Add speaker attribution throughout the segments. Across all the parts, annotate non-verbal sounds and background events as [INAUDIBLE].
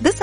Speaker 1: This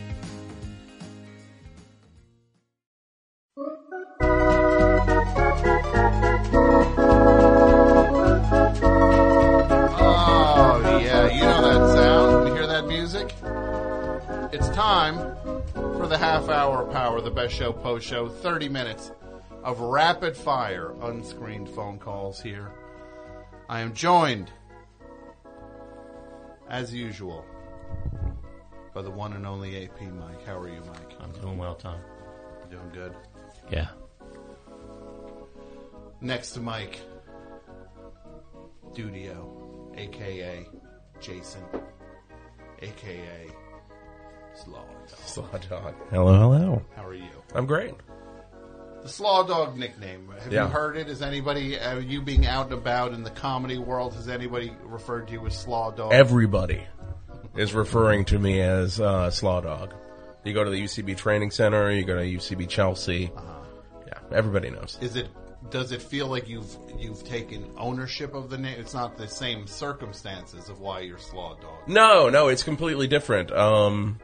Speaker 2: Oh, yeah. You know that sound. You hear that music? It's time for the half hour of power, the best show, post show, 30 minutes of rapid fire unscreened phone calls here. I am joined, as usual, by the one and only AP Mike. How are you, Mike?
Speaker 3: I'm doing well, Tom.
Speaker 2: doing good.
Speaker 3: Yeah.
Speaker 2: Next to Mike, Dudio, aka Jason, aka Slaw Dog.
Speaker 3: Slaw dog. Hello, hello.
Speaker 2: How are you?
Speaker 3: I'm great.
Speaker 2: The Slaw Dog nickname. Have
Speaker 3: Yeah.
Speaker 2: you heard it? Is anybody, uh, you being out and about in the comedy world, has anybody referred to you as Slaw Dog?
Speaker 4: everybody is referring to me as uh, Slaw Dog. You go to the UCB Training Center, you go to UCB Chelsea. Yeah, everybody knows.
Speaker 2: Is it? Does it feel like you've you've taken ownership of the name? It's not the same circumstances of why you're Slaw Dog.
Speaker 4: No, no, it's completely different. Um,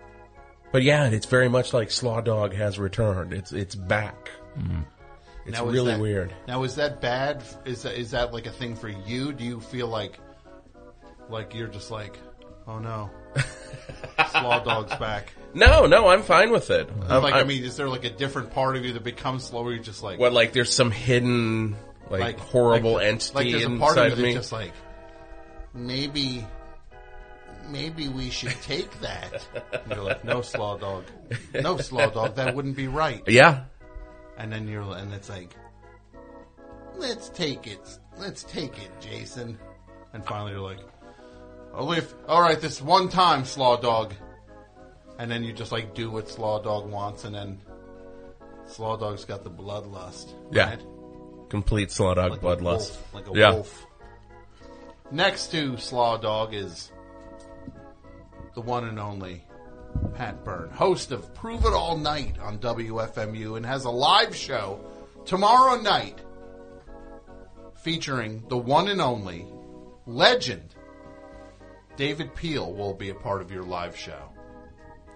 Speaker 4: but yeah, it's very much like Slaw Dog has returned. It's it's back. It's
Speaker 2: Now, is
Speaker 4: really
Speaker 2: that-
Speaker 4: weird.
Speaker 2: Now, is that bad? Is that, is that like a thing for you? Do you feel like like you're just like, oh
Speaker 4: [LAUGHS]
Speaker 2: no, Slaw Dog's back?
Speaker 4: No, no, I'm fine with it. I'm-
Speaker 2: Mm-hmm. like, i
Speaker 4: I'm-
Speaker 2: mean, is there like a different part of you that becomes slow? Where you're just like,
Speaker 4: what like there's some hidden like,
Speaker 2: Like-
Speaker 4: horrible
Speaker 2: like- like
Speaker 4: entity
Speaker 2: there's a part
Speaker 4: inside
Speaker 2: of you that's
Speaker 4: of me.
Speaker 2: just like, maybe, maybe we should take that. And you're like, no, Slaw Dog, no, Slaw Dog, that wouldn't be right.
Speaker 4: yeah,
Speaker 2: And then you're, and it's like, let's take it, let's take it, Jason. And finally, you're like, only if, all right, this one time, Slaw Dog. And then you just like do what Slaw Dog wants, and then Slaw Dog's got the bloodlust.
Speaker 4: Yeah.
Speaker 2: right?
Speaker 4: complete Slaw Dog
Speaker 2: Like a
Speaker 4: bloodlust.
Speaker 2: wolf, like a
Speaker 4: yeah.
Speaker 2: wolf. Next to Slaw Dog is the one and only Pat Byrne, host of Prove It All Night on WFMU, and has a live show tomorrow night featuring the one and only legend David Peel will be a part of your live show.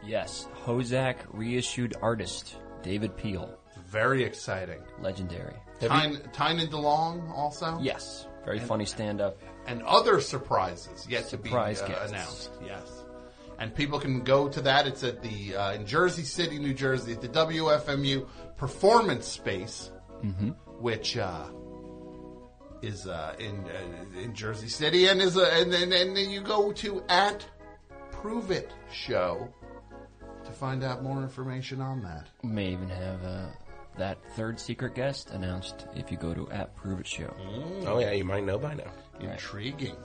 Speaker 5: Yes, Hozak reissued artist David Peel,
Speaker 2: Very exciting.
Speaker 5: legendary.
Speaker 2: Tyne, Tyne and DeLong also?
Speaker 5: Yes, very funny stand-up.
Speaker 2: and other surprises yet
Speaker 5: Surprise
Speaker 2: to be uh,
Speaker 5: guests.
Speaker 2: announced. Yes. And people can go to that. It's at the uh, in Jersey City, New Jersey, at the WFMU Performance Space, which uh, is uh, in uh, in Jersey City, and is a, and then and then you go to at Prove It Show to find out more information on that.
Speaker 5: May even have uh, that third secret guest announced if you go to at Prove It Show.
Speaker 4: Oh yeah, you might know by now.
Speaker 2: Intriguing.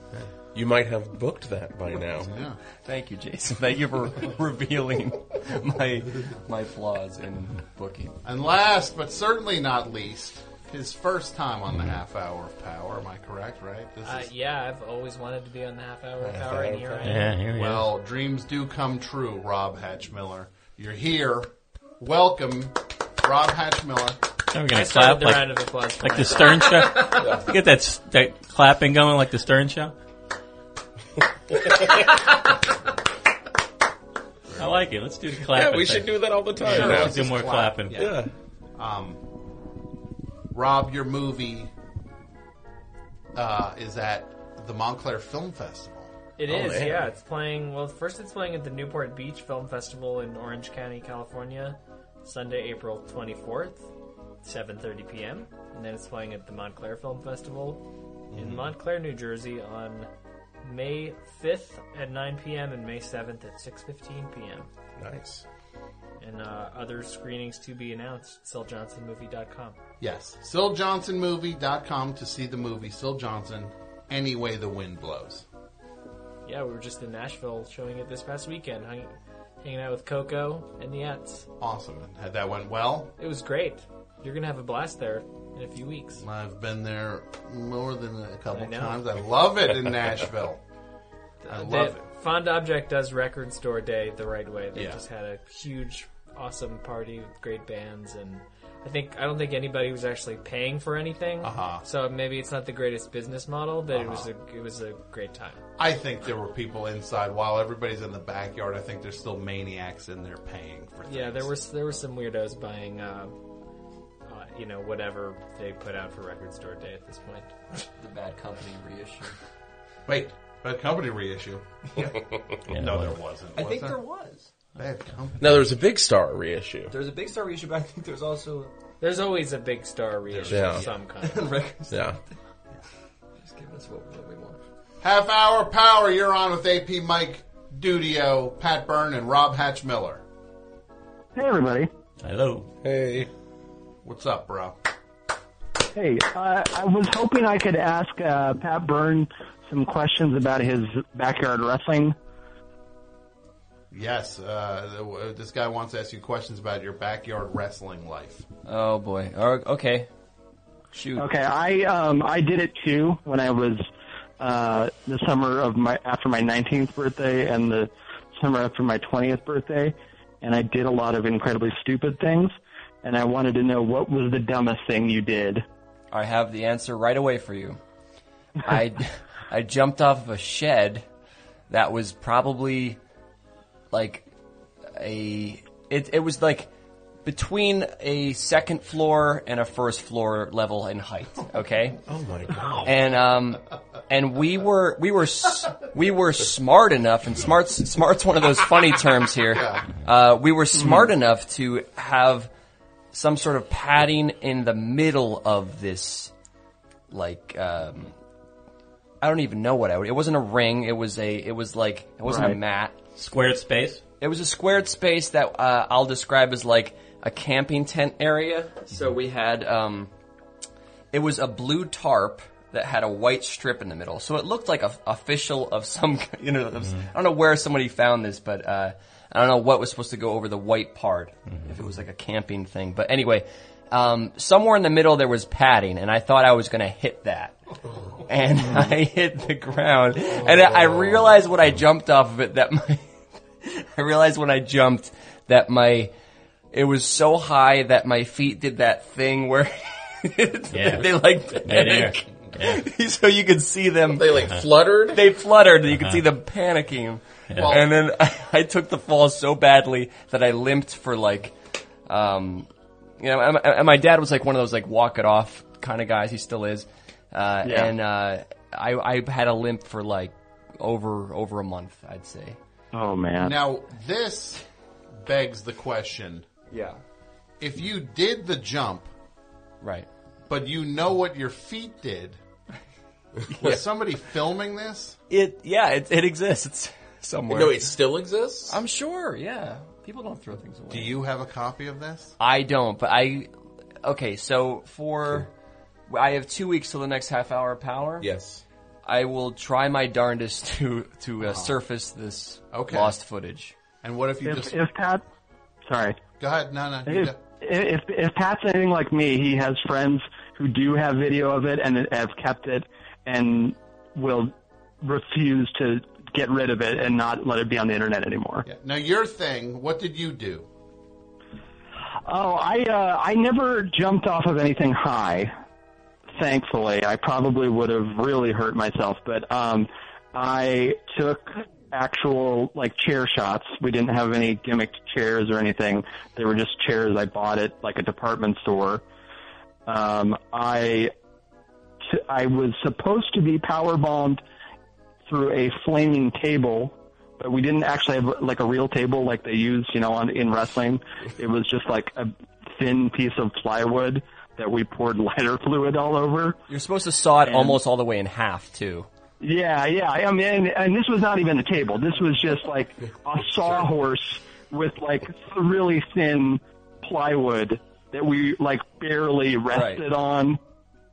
Speaker 4: You might have booked that by now.
Speaker 2: Yeah.
Speaker 5: Thank you, Jason. Thank
Speaker 2: [LAUGHS]
Speaker 5: you for [LAUGHS] revealing my my flaws in booking.
Speaker 2: And last but certainly not least, his first time on the half hour of power. Am I correct? Right? This
Speaker 6: Uh,
Speaker 2: is
Speaker 6: yeah, I've always wanted to be on the half hour of power,
Speaker 4: hour
Speaker 6: and
Speaker 4: of
Speaker 6: here
Speaker 4: power.
Speaker 6: I am.
Speaker 3: Yeah, here we go.
Speaker 2: well, dreams do come true. Rob Hatchmiller, you're here. Welcome, Rob Hatchmiller.
Speaker 3: Now we're
Speaker 6: I
Speaker 3: gonna clap
Speaker 6: started the
Speaker 3: like,
Speaker 6: round of applause. For
Speaker 3: like the
Speaker 6: myself. [LAUGHS]
Speaker 3: Stern Show. Get that s- that clapping going like the Stern Show. I like it. Let's do the clapping.
Speaker 4: Yeah, we should
Speaker 3: thing.
Speaker 4: do that all the time.
Speaker 2: Sure.
Speaker 3: We
Speaker 4: now.
Speaker 3: should do more clapping.
Speaker 4: Yeah.
Speaker 2: Um, Rob, your movie uh, is at the Montclair Film Festival.
Speaker 6: It
Speaker 4: Oh,
Speaker 6: is,
Speaker 4: man.
Speaker 6: yeah. It's playing. Well, first it's playing at the Newport Beach Film Festival in Orange County, California, Sunday, April twenty fourth, 7:30 p.m. and then it's playing at the Montclair Film Festival in Montclair, New Jersey on May 5th at 9 p.m. and May 7th at 6:15 p.m.
Speaker 4: Nice.
Speaker 6: And uh, other screenings to be announced. SillJohnsonMovie.com.
Speaker 2: Yes. SillJohnsonMovie.com to see the movie Sil Johnson, Any Way the Wind Blows.
Speaker 6: Yeah, we were just in Nashville showing it this past weekend, hang- hanging out with Coco and the Ets.
Speaker 2: Awesome. And had that went well.
Speaker 6: It was great. You're gonna have a blast there in a few weeks.
Speaker 2: I've been there more than a couple
Speaker 6: I know.
Speaker 2: times. I love it in
Speaker 6: [LAUGHS]
Speaker 2: Nashville. I love
Speaker 6: The-
Speaker 2: it.
Speaker 6: Fond Object does Record Store Day the right way. They
Speaker 2: Yeah.
Speaker 6: just had a huge, awesome party with great bands, and I think I don't think anybody was actually paying for anything.
Speaker 2: Uh-huh.
Speaker 6: So maybe it's not the greatest business model, but it was a it was a great time.
Speaker 2: I think there were people inside while everybody's in the backyard. I think there's still maniacs in there paying for things.
Speaker 6: Yeah, there were there were some weirdos buying, uh, uh, you know, whatever they put out for Record Store Day at this point.
Speaker 5: The Bad Company reissue.
Speaker 2: Wait, bad company
Speaker 6: [LAUGHS]
Speaker 2: reissue. no, there wasn't.
Speaker 7: I
Speaker 2: was
Speaker 7: think
Speaker 2: there?
Speaker 7: there was.
Speaker 2: Bad company.
Speaker 4: Now there's a big star reissue.
Speaker 7: There's a big star reissue, but I think there's also
Speaker 6: There's always a big star reissue
Speaker 4: Yeah.
Speaker 6: of some
Speaker 2: [LAUGHS]
Speaker 6: kind.
Speaker 7: records
Speaker 4: Yeah.
Speaker 7: just giving us what, what we want.
Speaker 2: Half hour power. You're on with AP Mike Dudio, Pat Byrne, and Rob Hatch Miller.
Speaker 8: Hey, everybody.
Speaker 3: Hello.
Speaker 4: Hey.
Speaker 2: What's up, bro?
Speaker 8: Hey, uh, I was hoping I could ask uh, Pat Byrne some questions about his backyard wrestling.
Speaker 2: Yes, uh, th- w- this guy wants to ask you questions about your backyard wrestling life.
Speaker 5: Oh boy. Oh, okay. Shoot.
Speaker 8: Okay, I um, I did it too when I was uh, the summer of my after my 19th birthday and the summer after my 20th birthday, and I did a lot of incredibly stupid things. And I wanted to know what was the dumbest thing you did.
Speaker 5: I have the answer right away for you. I, [LAUGHS] I jumped off of a shed that was probably like a it it was like between a second floor and a first floor level in height, okay?
Speaker 4: Oh my god.
Speaker 5: and um, and we were we were s- we were smart enough, and smart's smart's one of those funny terms here. Uh, we were smart enough to have some sort of padding in the middle of this, like um, I don't even know what I would. It wasn't a ring. It was a. It was like it wasn't a
Speaker 8: Right.
Speaker 5: mat.
Speaker 3: Squared space.
Speaker 5: It was a squared space that uh, I'll describe as like a camping tent area. So we had, um, it was a blue tarp that had a white strip in the middle. So it looked like a official of some, [LAUGHS] you know, of- I don't know where somebody found this, but uh, I don't know what was supposed to go over the white part, if it was like a camping thing. But anyway, um, somewhere in the middle there was padding, and I thought I was going to hit that. And [LAUGHS] I hit the ground, and I I realized when I jumped off of it that my [LAUGHS] I realized when I jumped that my it was so high that my feet did that thing where [LAUGHS]
Speaker 3: Yeah.
Speaker 5: they like
Speaker 3: Dead
Speaker 5: panic. [LAUGHS] so you could see them. Uh-huh. They,
Speaker 4: like fluttered.
Speaker 5: fluttered, and you could see them panicking. and then [LAUGHS] I, I took the fall so badly that I limped for like, um, you know, and, and my dad was like one of those like walk it off kind of guys. He still is, uh,
Speaker 8: Yeah.
Speaker 5: and uh, I, I had a limp for like over over a month, I'd say.
Speaker 8: Oh man!
Speaker 2: Now, this begs the question
Speaker 5: Yeah.
Speaker 2: if you did the jump,
Speaker 5: Right.
Speaker 2: but you know what your feet
Speaker 5: [LAUGHS]
Speaker 2: did, was somebody filming this?
Speaker 5: It yeah, it, it exists somewhere.
Speaker 4: No, it still exists.
Speaker 5: I'm sure. Yeah, people don't throw things away.
Speaker 2: Do you have a copy of this?
Speaker 5: I don't, but I. Okay, so for I have two weeks till the next half hour of power.
Speaker 4: Yes.
Speaker 5: I will try my darndest [LAUGHS] to to uh, surface this
Speaker 2: Uh-huh. Okay.
Speaker 5: lost footage.
Speaker 2: And what if you
Speaker 8: If,
Speaker 2: just.
Speaker 8: if Pat, sorry,
Speaker 2: go ahead. No, no. you
Speaker 8: if,
Speaker 2: go.
Speaker 8: if if Pat's anything like me, he has friends who do have video of it and have kept it and will refuse to get rid of it and not let it be on the internet anymore.
Speaker 2: Yeah. Now, your thing, what did you do?
Speaker 8: Oh, I uh, I never jumped off of anything high. Thankfully, I probably would have really hurt myself, but um, I took actual like chair shots. We didn't have any gimmicked chairs or anything. They were just chairs I bought at like a department store. Um, I t- I was supposed to be power bombed through a flaming table, but we didn't actually have like a real table like they use, you know, on in wrestling. It was just like a thin piece of plywood that we poured [LAUGHS] lighter fluid all over.
Speaker 5: You're supposed to saw it almost all the way in half too.
Speaker 8: Yeah, yeah. I mean, and, and this was not even a table. This was just like a sawhorse with like really thin plywood that we like barely rested
Speaker 5: Right.
Speaker 8: on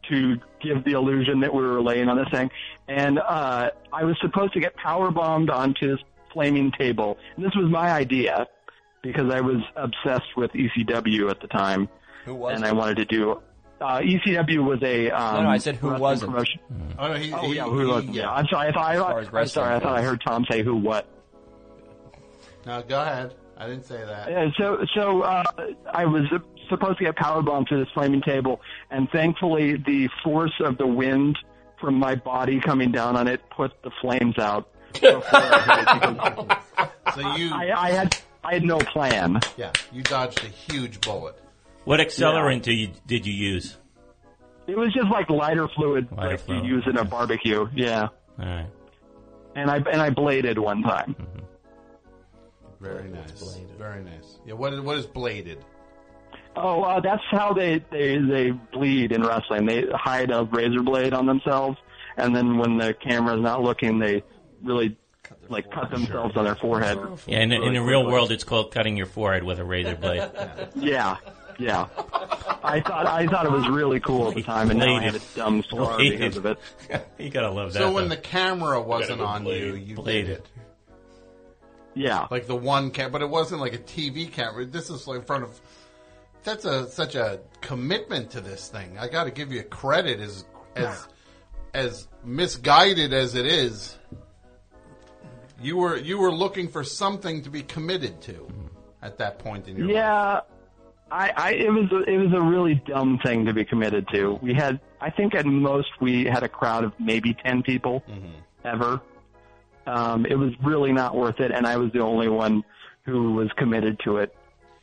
Speaker 8: to give the illusion that we were laying on this thing. And uh, I was supposed to get power bombed onto this flaming table. And this was my idea because I was obsessed with ECW at the time,
Speaker 5: Who was?
Speaker 8: and
Speaker 5: it?
Speaker 8: I wanted to do. Uh, ECW was a um,
Speaker 5: No, no, I said who
Speaker 8: wrestling
Speaker 5: wasn't.
Speaker 8: promotion.
Speaker 2: Oh, no, he,
Speaker 8: Oh
Speaker 2: he-
Speaker 8: yeah,
Speaker 2: he-
Speaker 8: who was? Yeah, I'm sorry. I thought I,
Speaker 5: far as
Speaker 8: I'm
Speaker 5: wrestling
Speaker 8: sorry. I thought I
Speaker 5: goes.
Speaker 8: heard Tom say who what.
Speaker 2: No, go ahead. I didn't say that.
Speaker 8: Yeah, so so uh, I was uh, supposed to get powerbombed to this flaming table, and thankfully the force of the wind from my body coming down on it put the flames out. before I hit it, because
Speaker 5: [LAUGHS]
Speaker 2: So you,
Speaker 8: I, I had I had no plan.
Speaker 2: yeah, you dodged a huge bullet.
Speaker 3: What accelerant do you, did you use?
Speaker 8: It was just like lighter fluid
Speaker 3: Lighter
Speaker 8: like
Speaker 3: fluid,
Speaker 8: you use in a barbecue. Yeah,
Speaker 3: All right.
Speaker 8: and I and I bladed one time.
Speaker 2: Very nice. Very nice. Yeah. What is what is bladed?
Speaker 8: Oh, uh, that's how they, they they bleed in wrestling. They hide a razor blade on themselves, and then when the camera's not looking, they really like cut themselves on their forehead.
Speaker 3: Yeah, in, in the real world, it's called cutting your forehead with a razor blade.
Speaker 8: [LAUGHS] Yeah, yeah. I thought I thought it was really cool at the time, and now I have a dumb scar
Speaker 3: Bladed.
Speaker 8: because of it.
Speaker 3: [LAUGHS] you gotta love that.
Speaker 2: So when
Speaker 3: though.
Speaker 2: the camera wasn't
Speaker 3: go
Speaker 2: on you,
Speaker 3: blade-
Speaker 2: you
Speaker 3: blade
Speaker 2: did
Speaker 3: it.
Speaker 2: it.
Speaker 8: Yeah,
Speaker 2: Like the one cam, but it wasn't like a TV camera. This is like in front of. That's a such a commitment to this thing. I got to give you credit as as as misguided as it is. You were you were looking for something to be committed to
Speaker 3: Mm-hmm.
Speaker 2: at that point in your life.
Speaker 8: yeah. I, I it was a, it was a really dumb thing to be committed to. We had I think at most we had a crowd of maybe ten people
Speaker 2: Mm-hmm.
Speaker 8: ever. Um, it was really not worth it, and I was the only one who was committed to it.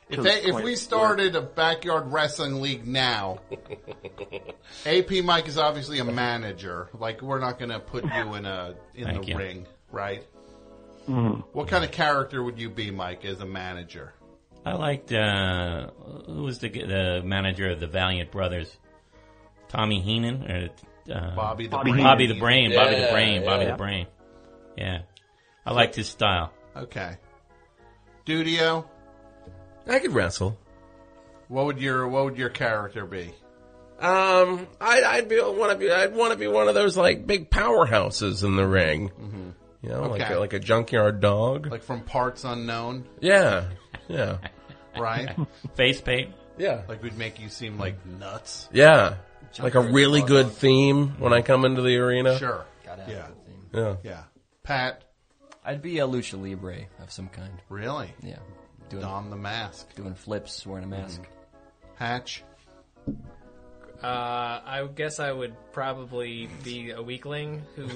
Speaker 2: If, they, if
Speaker 8: point
Speaker 2: we
Speaker 8: where-
Speaker 2: started a backyard wrestling league now,
Speaker 8: [LAUGHS]
Speaker 2: AP Mike is obviously a manager. Like we're not going to put you in a in
Speaker 3: Thank
Speaker 2: the
Speaker 3: you.
Speaker 2: ring, right? What kind of character would you be, Mike, as a manager?
Speaker 3: I liked uh, who was the g- the manager of the Valiant Brothers, Tommy Heenan or uh,
Speaker 2: Bobby the
Speaker 8: Bobby
Speaker 2: Brain.
Speaker 3: Bobby the Brain, Bobby the
Speaker 5: Yeah,
Speaker 3: Brain, Bobby
Speaker 5: yeah.
Speaker 3: the Brain. Yeah, I liked his style.
Speaker 2: Okay. Dudio,
Speaker 4: I could wrestle.
Speaker 2: what would your what would your character be?
Speaker 4: Um, I'd, I'd be want to be I'd want to be one of those like big powerhouses in the ring. You know,
Speaker 2: Mm-hmm.
Speaker 4: like
Speaker 2: Okay.
Speaker 4: a, like a junkyard dog.
Speaker 2: Like from parts unknown,
Speaker 4: yeah, yeah,
Speaker 2: right?
Speaker 3: [LAUGHS] Face paint.
Speaker 4: yeah,
Speaker 2: like we'd make you seem like nuts.
Speaker 4: yeah. Like a
Speaker 5: Junkyard
Speaker 4: really
Speaker 5: dog.
Speaker 4: good theme when I come into the arena.
Speaker 2: Sure.
Speaker 5: Gotta have
Speaker 2: Yeah.
Speaker 5: that thing.
Speaker 8: Uh-huh.
Speaker 4: Yeah.
Speaker 2: Yeah. Pat,
Speaker 5: I'd be a lucha libre of some kind.
Speaker 2: really?
Speaker 5: Yeah, doing
Speaker 2: Don the mask. Mm-hmm.
Speaker 5: doing flips, wearing a mask.
Speaker 2: Hatch.
Speaker 6: Uh, I guess I would probably be a weakling
Speaker 5: [LAUGHS]
Speaker 6: who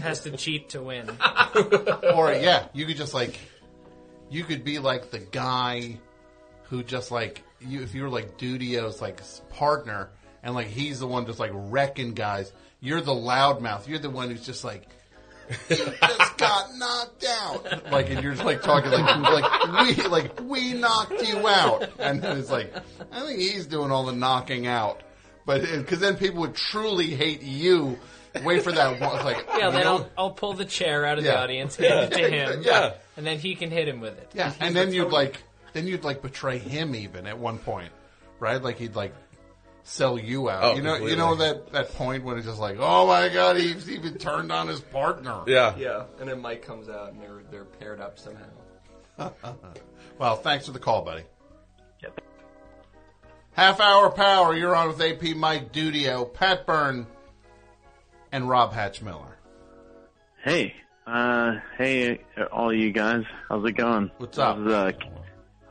Speaker 6: has to cheat to win.
Speaker 2: [LAUGHS] or yeah, you could just like, you could be like the guy who just like you if you were like Dudio's like s- partner and like he's the one just like wrecking guys. You're the loudmouth. You're the one who's just like. you just got knocked out. Like, and you're just like talking like, like we, like we knocked you out. And then it's like, I think he's doing all the knocking out, but because then people would truly hate you. Wait for that one. It's like,
Speaker 6: Yeah,
Speaker 2: you
Speaker 6: then
Speaker 2: know-
Speaker 6: I'll, I'll pull the chair out of the
Speaker 2: Yeah.
Speaker 6: audience, hand it to him,
Speaker 2: [LAUGHS] Yeah.
Speaker 6: and then he can hit him with it.
Speaker 2: Yeah, and then you'd like, then you'd like betray him even at one point, right? Like he'd like sell you out.
Speaker 4: Oh,
Speaker 2: you know, you
Speaker 4: completely.
Speaker 2: know that that point when it's just like, oh [LAUGHS] my god, he's even turned on his partner.
Speaker 4: Yeah.
Speaker 5: Yeah, and then Mike comes out and they're they're paired up somehow.
Speaker 2: Well, thanks for the call, buddy. Half hour power. You're on with AP Mike Dudio, Pat Byrne, and Rob Hatchmiller.
Speaker 9: Hey, uh, hey, uh, all you guys, how's it going?
Speaker 2: What's up?
Speaker 9: This is, uh,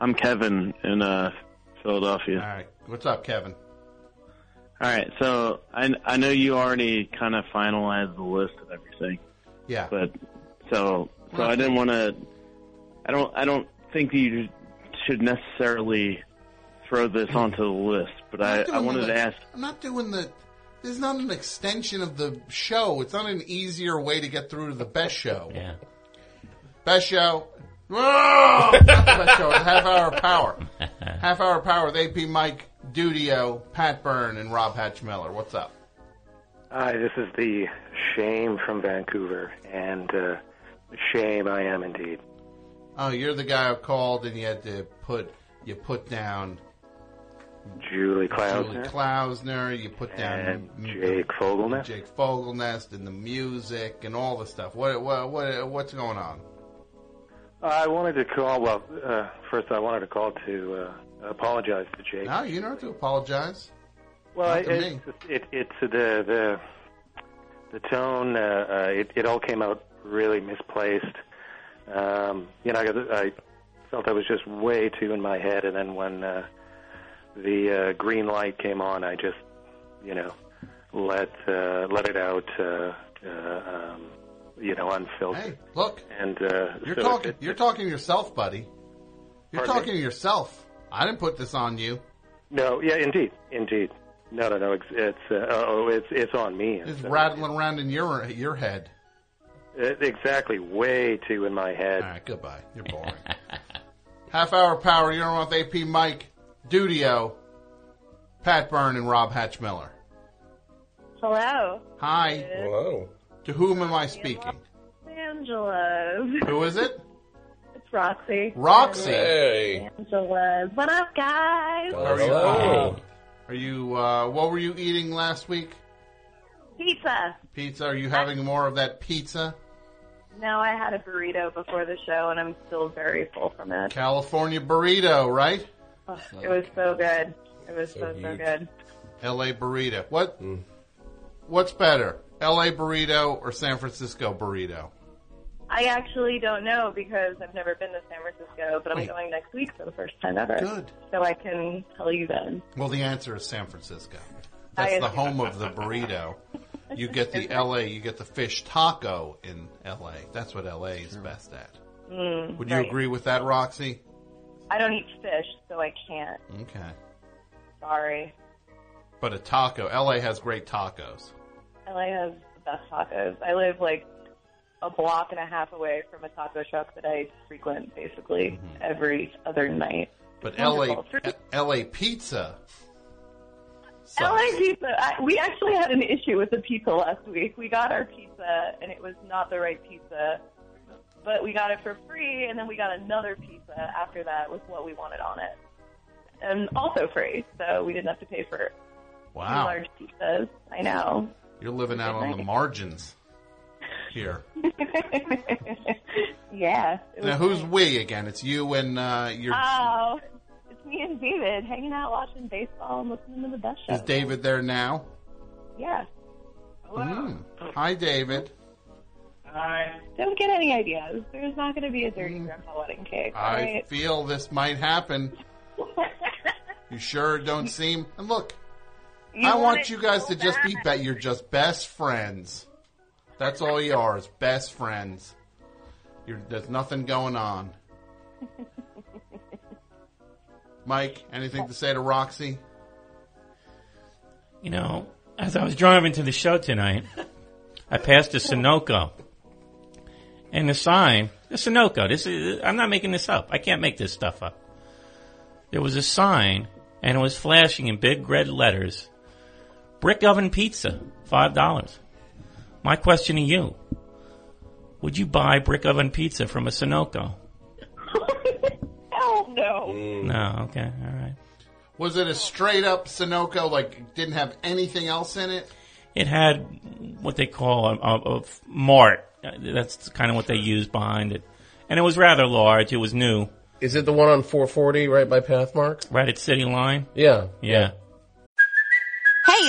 Speaker 9: I'm Kevin in uh,
Speaker 2: All
Speaker 9: Philadelphia.
Speaker 2: right, what's up, Kevin?
Speaker 9: All right, so I I know you already kind of finalized the list of everything,
Speaker 2: Yeah,
Speaker 9: but so so I didn't want to. I don't I don't think you should necessarily throw this onto the list, but I,
Speaker 2: not doing
Speaker 9: I wanted
Speaker 2: the-
Speaker 9: to ask.
Speaker 2: I'm not doing the. This is not an extension of the show. It's not an easier way to get through to the best show.
Speaker 3: Yeah,
Speaker 9: [LAUGHS]
Speaker 2: Best show. that show. It's half hour power. Half hour power with AP Mike Dudio, Pat Byrne, and Rob Hatchmeller. What's up?
Speaker 10: Hi, this is the shame from Vancouver, and uh, shame I am indeed.
Speaker 2: Oh, you're the guy who called and you had to put you put down
Speaker 10: Julie
Speaker 2: Julie
Speaker 10: Klausner.
Speaker 2: Klausner. You put down
Speaker 10: And Jake Fogelnest.
Speaker 2: Jake Fogelnest, and the music and all the stuff. What what what what's going on?
Speaker 10: I wanted to call. Well, uh, first I wanted to call to uh, apologize to Jake.
Speaker 2: No, you don't have to apologize.
Speaker 10: Well,
Speaker 2: Not to
Speaker 10: it, it, it's the the the tone. Uh, uh, it, it all came out really misplaced. Um, you know, I, got- I felt I was just way too in my head, and then when uh, the uh, green light came on, I just, you know, let uh, let it out. Uh, uh, um, you know, unfiltered.
Speaker 2: Hey, look,
Speaker 10: and uh, [LAUGHS]
Speaker 2: You're
Speaker 10: so
Speaker 2: talking.
Speaker 10: it-
Speaker 2: You're talking to yourself, buddy. You're
Speaker 10: Pardon me?
Speaker 2: talking to yourself. I didn't put this on you.
Speaker 10: No, yeah, indeed, indeed. No, no, no. It's, it's uh, oh, it's it's on me.
Speaker 2: It's
Speaker 10: uh,
Speaker 2: rattling around in your your head.
Speaker 10: Uh, Exactly, way too in my head. All
Speaker 2: right, goodbye. You're boring. Half hour power. You're on with AP Mike Dudio, Pat Byrne, and Rob Hatchmiller.
Speaker 11: Hello.
Speaker 2: Hi. Hello. To whom am I speaking?
Speaker 11: Angelos.
Speaker 2: Who is it?
Speaker 11: It's Roxy.
Speaker 2: Roxy.
Speaker 11: Angelos. What up, guys?
Speaker 2: Are you? uh, Are you? Uh, what were you eating last week?
Speaker 11: Pizza.
Speaker 2: Pizza. Are you having more of that pizza?
Speaker 11: No, I had a burrito before the show, and I'm still very full from it.
Speaker 2: California burrito, right?
Speaker 11: Ugh, it was so good. It was so, so good.
Speaker 2: L.A. burrito. What? What's better, L.A. burrito or San Francisco burrito?
Speaker 11: I actually don't know because I've never been to San Francisco, but I'm
Speaker 2: Wait.
Speaker 11: going next week for the first time ever.
Speaker 2: Good.
Speaker 11: So I can tell you then.
Speaker 2: Well, the answer is San Francisco.
Speaker 11: I
Speaker 2: That's the
Speaker 11: assume.
Speaker 2: home of the
Speaker 11: [LAUGHS]
Speaker 2: burrito. You get the L.A. You get the fish taco in L.A. That's what L.A. is best at.
Speaker 11: Mm,
Speaker 2: Would you
Speaker 11: right.
Speaker 2: agree with that, Roxy?
Speaker 11: I don't eat fish, so I can't.
Speaker 2: Okay.
Speaker 11: Sorry.
Speaker 2: But a taco, L.A. has great tacos.
Speaker 11: LA has the best tacos. I live like a block and a half away from a taco shop that I frequent basically every other night.
Speaker 2: Mm-hmm. But
Speaker 11: Wonderful.
Speaker 2: L.A. L.A. pizza.
Speaker 11: LA pizza. I, we actually had an issue with the pizza last week. We got our pizza and it was not the right pizza, but we got it for free and then we got another pizza after that with what we wanted on it. And also free, so we didn't have to pay for
Speaker 2: Wow.
Speaker 11: two large pizzas. I know.
Speaker 2: You're living out on the margins here.
Speaker 11: Yeah. [LAUGHS] it
Speaker 2: Now,
Speaker 11: was
Speaker 2: who's we again? It's you and uh, your.
Speaker 11: Oh, it's me and David hanging out watching baseball and listening to the best show.
Speaker 2: Is David there now?
Speaker 11: Yeah.
Speaker 2: Mm. Hi, David.
Speaker 11: Hi. Don't get any ideas. There's not going to be a dirty grandpa wedding cake. all
Speaker 2: Mm. I
Speaker 11: right?
Speaker 2: feel this might
Speaker 11: [LAUGHS]
Speaker 2: happen. you sure don't seem. And look,
Speaker 11: You
Speaker 2: I
Speaker 11: want
Speaker 2: want
Speaker 11: it
Speaker 2: you guys
Speaker 11: so
Speaker 2: to just be.
Speaker 11: bad.
Speaker 2: Bet you're just best friends. That's all you are is best friends. You're, there's nothing going
Speaker 11: [LAUGHS]
Speaker 2: on. Mike, anything to say to Roxy?
Speaker 3: You know, as I was driving to the show tonight, I passed a Sunoco. And the sign, the Sunoco, this is, I'm not making this up. I can't make this stuff up. There was a sign, and it was flashing in big red letters Brick Oven Pizza, $5. My question to you Would you buy brick oven pizza from a Sunoco?
Speaker 11: Hell no.
Speaker 4: Mm.
Speaker 3: No, okay, all right.
Speaker 2: Was it a straight up Sunoco, like didn't have anything else in it?
Speaker 3: It had what they call a, a, a f- mart. Uh, That's kind of what they used behind it, and it was rather large. It was new,
Speaker 4: Is it the one on 440 right by Pathmark?
Speaker 3: right at City Line.
Speaker 4: Yeah.
Speaker 3: Yeah.
Speaker 12: Hey,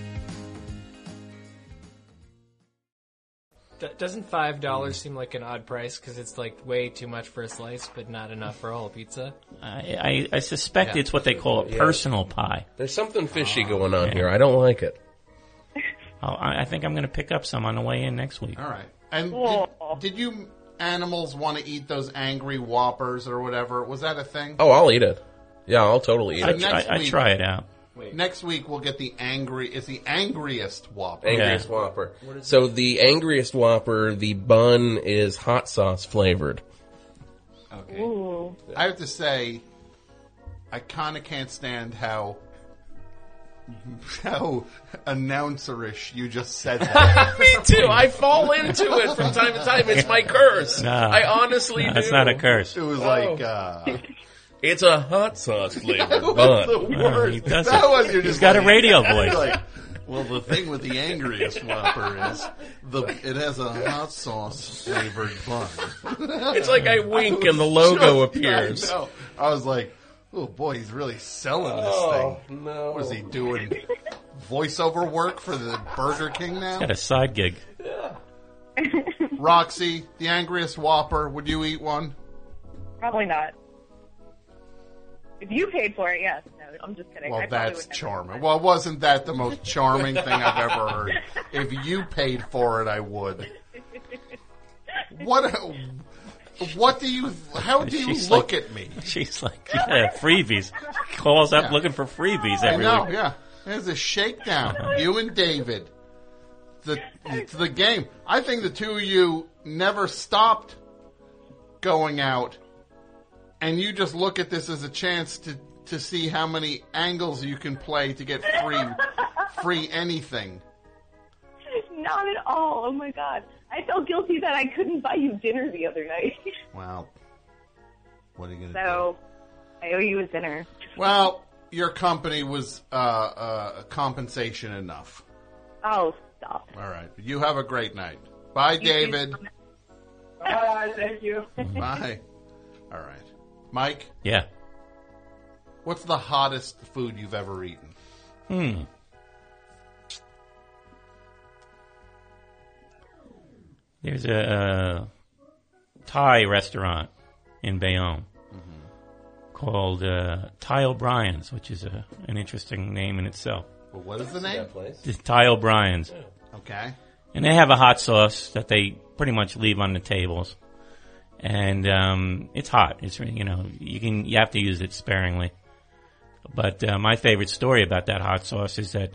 Speaker 6: D- doesn't five dollars seem like an odd price because it's like way too much for a slice, but not enough for a whole pizza?
Speaker 3: I, I suspect
Speaker 6: Yeah.
Speaker 3: it's what they call a
Speaker 6: Yeah.
Speaker 3: personal pie.
Speaker 4: There's something fishy going on here. I don't like it.
Speaker 3: [LAUGHS] Oh, I, I think I'm going to pick up some on the way in next week.
Speaker 2: All right. And did, did you animals want to eat those angry whoppers or whatever? Was that a thing?
Speaker 4: Oh, I'll eat it. Yeah, I'll totally eat
Speaker 2: So
Speaker 4: it.
Speaker 2: next week-
Speaker 6: Wait.
Speaker 2: Next week we'll get the angry. It's the angriest whopper.
Speaker 4: Angriest Whopper. So the angriest Whopper, the bun is hot sauce flavored.
Speaker 2: Okay. I have to say, I kind of can't stand how [LAUGHS] how announcerish you just said
Speaker 4: [LAUGHS]
Speaker 2: that.
Speaker 4: Me too. I fall into it from time to time. It's [LAUGHS] my curse.
Speaker 3: No.
Speaker 4: I honestly
Speaker 3: No,
Speaker 4: do.
Speaker 3: it's not a curse.
Speaker 2: It was
Speaker 4: Oh.
Speaker 2: like uh,
Speaker 4: It's a hot sauce
Speaker 2: [LAUGHS]
Speaker 4: flavored
Speaker 2: That was
Speaker 4: bun.
Speaker 2: the worst.
Speaker 3: he does
Speaker 2: that
Speaker 3: it.
Speaker 2: was you're
Speaker 3: He's
Speaker 2: just
Speaker 3: got a
Speaker 2: like-
Speaker 3: radio
Speaker 2: [LAUGHS]
Speaker 3: voice.
Speaker 2: like, well, the thing with the angriest whopper is the it has a hot sauce flavored bun.
Speaker 4: It's
Speaker 2: [LAUGHS]
Speaker 4: like I wink and the logo appears.
Speaker 2: I, know. I was like, oh boy, he's really selling this
Speaker 4: Oh,
Speaker 2: thing.
Speaker 4: no.
Speaker 2: What is he doing? Voiceover work for the Burger King now?
Speaker 3: Got a side gig.
Speaker 2: Roxy, the angriest whopper. Would you eat one?
Speaker 11: Probably not. If you paid for it, yes. No, I'm just kidding.
Speaker 2: Well,
Speaker 11: I probably
Speaker 2: that's
Speaker 11: would never.
Speaker 2: charming. Well, wasn't that the most charming thing I've ever
Speaker 11: [LAUGHS]
Speaker 2: heard? If you paid for it, I would. What? What do you? How do you
Speaker 3: She's
Speaker 2: look
Speaker 3: like-
Speaker 2: at me?
Speaker 3: [LAUGHS] She's like, yeah, freebies. Calls up
Speaker 2: Yeah.
Speaker 3: looking for freebies
Speaker 2: I
Speaker 3: every
Speaker 2: know.
Speaker 3: week.
Speaker 2: Yeah, there's a
Speaker 3: [LAUGHS]
Speaker 2: shakedown. you and David. The it's the game. I think the two of you never stopped going out, and you just look at this as a chance to to see how many angles you can play to get free free anything.
Speaker 11: [LAUGHS] Not at all. Oh my god. I felt guilty that I couldn't buy you dinner the other night. [LAUGHS]
Speaker 2: Wow. What are you gonna
Speaker 11: so I owe you a dinner.
Speaker 2: Well, your company was uh, uh, compensation enough. [LAUGHS]
Speaker 11: Oh, [LAUGHS] stop.
Speaker 2: All right. You have a great night. Bye,
Speaker 11: You
Speaker 2: David.
Speaker 11: Bye, thank you.
Speaker 2: Bye. All right. Mike,
Speaker 3: Yeah.
Speaker 2: what's the hottest food you've ever eaten?
Speaker 3: Hmm. There's a uh, Thai restaurant in Bayonne called uh, Thai O'Brien's, which is a, an interesting name in itself.
Speaker 2: Well, what is the name?
Speaker 3: It's Thai O'Brien's.
Speaker 2: Okay.
Speaker 3: And they have a hot sauce that they pretty much leave on the tables. And um, it's hot. It's really- you know you can you have to use it sparingly. But uh, my favorite story about that hot sauce is that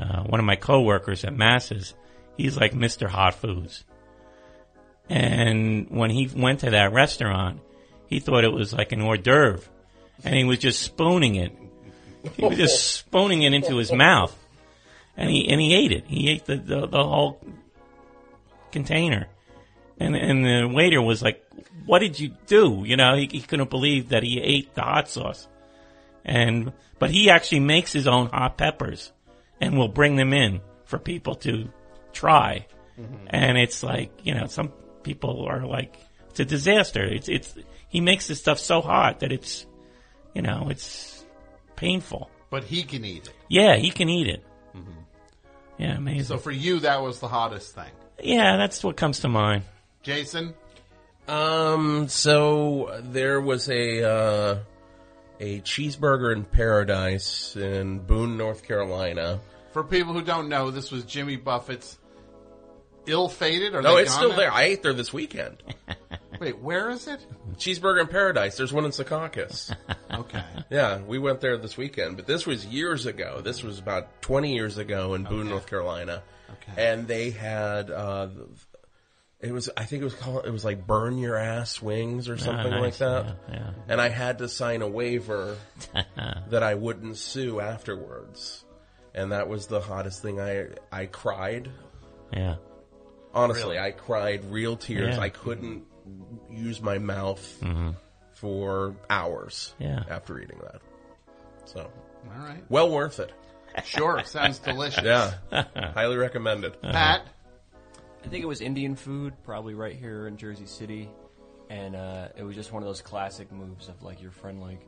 Speaker 3: uh, one of my coworkers at Masses, he's like Mr. Hot Foods. And when he went to that restaurant, he thought it was like an hors d'oeuvre, and he was just spooning it. He was just spooning it into his mouth, and he and he ate it. He ate the the, the whole container, and and the waiter was like, "What did you do?" You know, he, he couldn't believe that he ate the hot sauce, and but he actually makes his own hot peppers, and will bring them in for people to try, and it's like you know some people are like it's a disaster. It's it's he makes this stuff so hot that it's you know it's painful.
Speaker 2: But he can eat it.
Speaker 3: Yeah, he can eat it. Yeah, amazing.
Speaker 2: Mm-hmm. So for you, that was the hottest thing.
Speaker 3: yeah, that's what comes to mind.
Speaker 2: Jason,
Speaker 4: Um, so there was a uh, a cheeseburger in paradise in Boone, North Carolina.
Speaker 2: for people who don't know, this was Jimmy Buffett's ill-fated. Are
Speaker 4: No,
Speaker 2: they
Speaker 4: it's
Speaker 2: gone
Speaker 4: still
Speaker 2: now?
Speaker 4: there. I ate there this weekend.
Speaker 2: Wait, where is it?
Speaker 4: cheeseburger in paradise. There's one in Secaucus.
Speaker 2: Okay.
Speaker 4: Yeah, we went there this weekend, but this was years ago. This was about 20 years ago in Boone, North Carolina. Okay. And they had, uh, it was, I think it was called, it was like burn your ass wings or
Speaker 3: Ah,
Speaker 4: something
Speaker 3: nice.
Speaker 4: like that.
Speaker 3: Yeah, yeah.
Speaker 4: And I had to sign a waiver that I wouldn't sue afterwards. And that was the hottest thing I, I cried.
Speaker 3: Yeah.
Speaker 4: Honestly, I cried real tears.
Speaker 3: Yeah.
Speaker 4: I couldn't use my mouth
Speaker 3: Mhm.
Speaker 4: for hours
Speaker 3: Yeah.
Speaker 4: after eating that. So,
Speaker 2: All right.
Speaker 4: well worth it.
Speaker 2: Sure, sounds delicious.
Speaker 4: [LAUGHS] Yeah, highly recommended.
Speaker 2: Uh-huh.
Speaker 5: I think it was Indian food, probably right here in Jersey City, and uh, it was just one of those classic moves of like your friend like,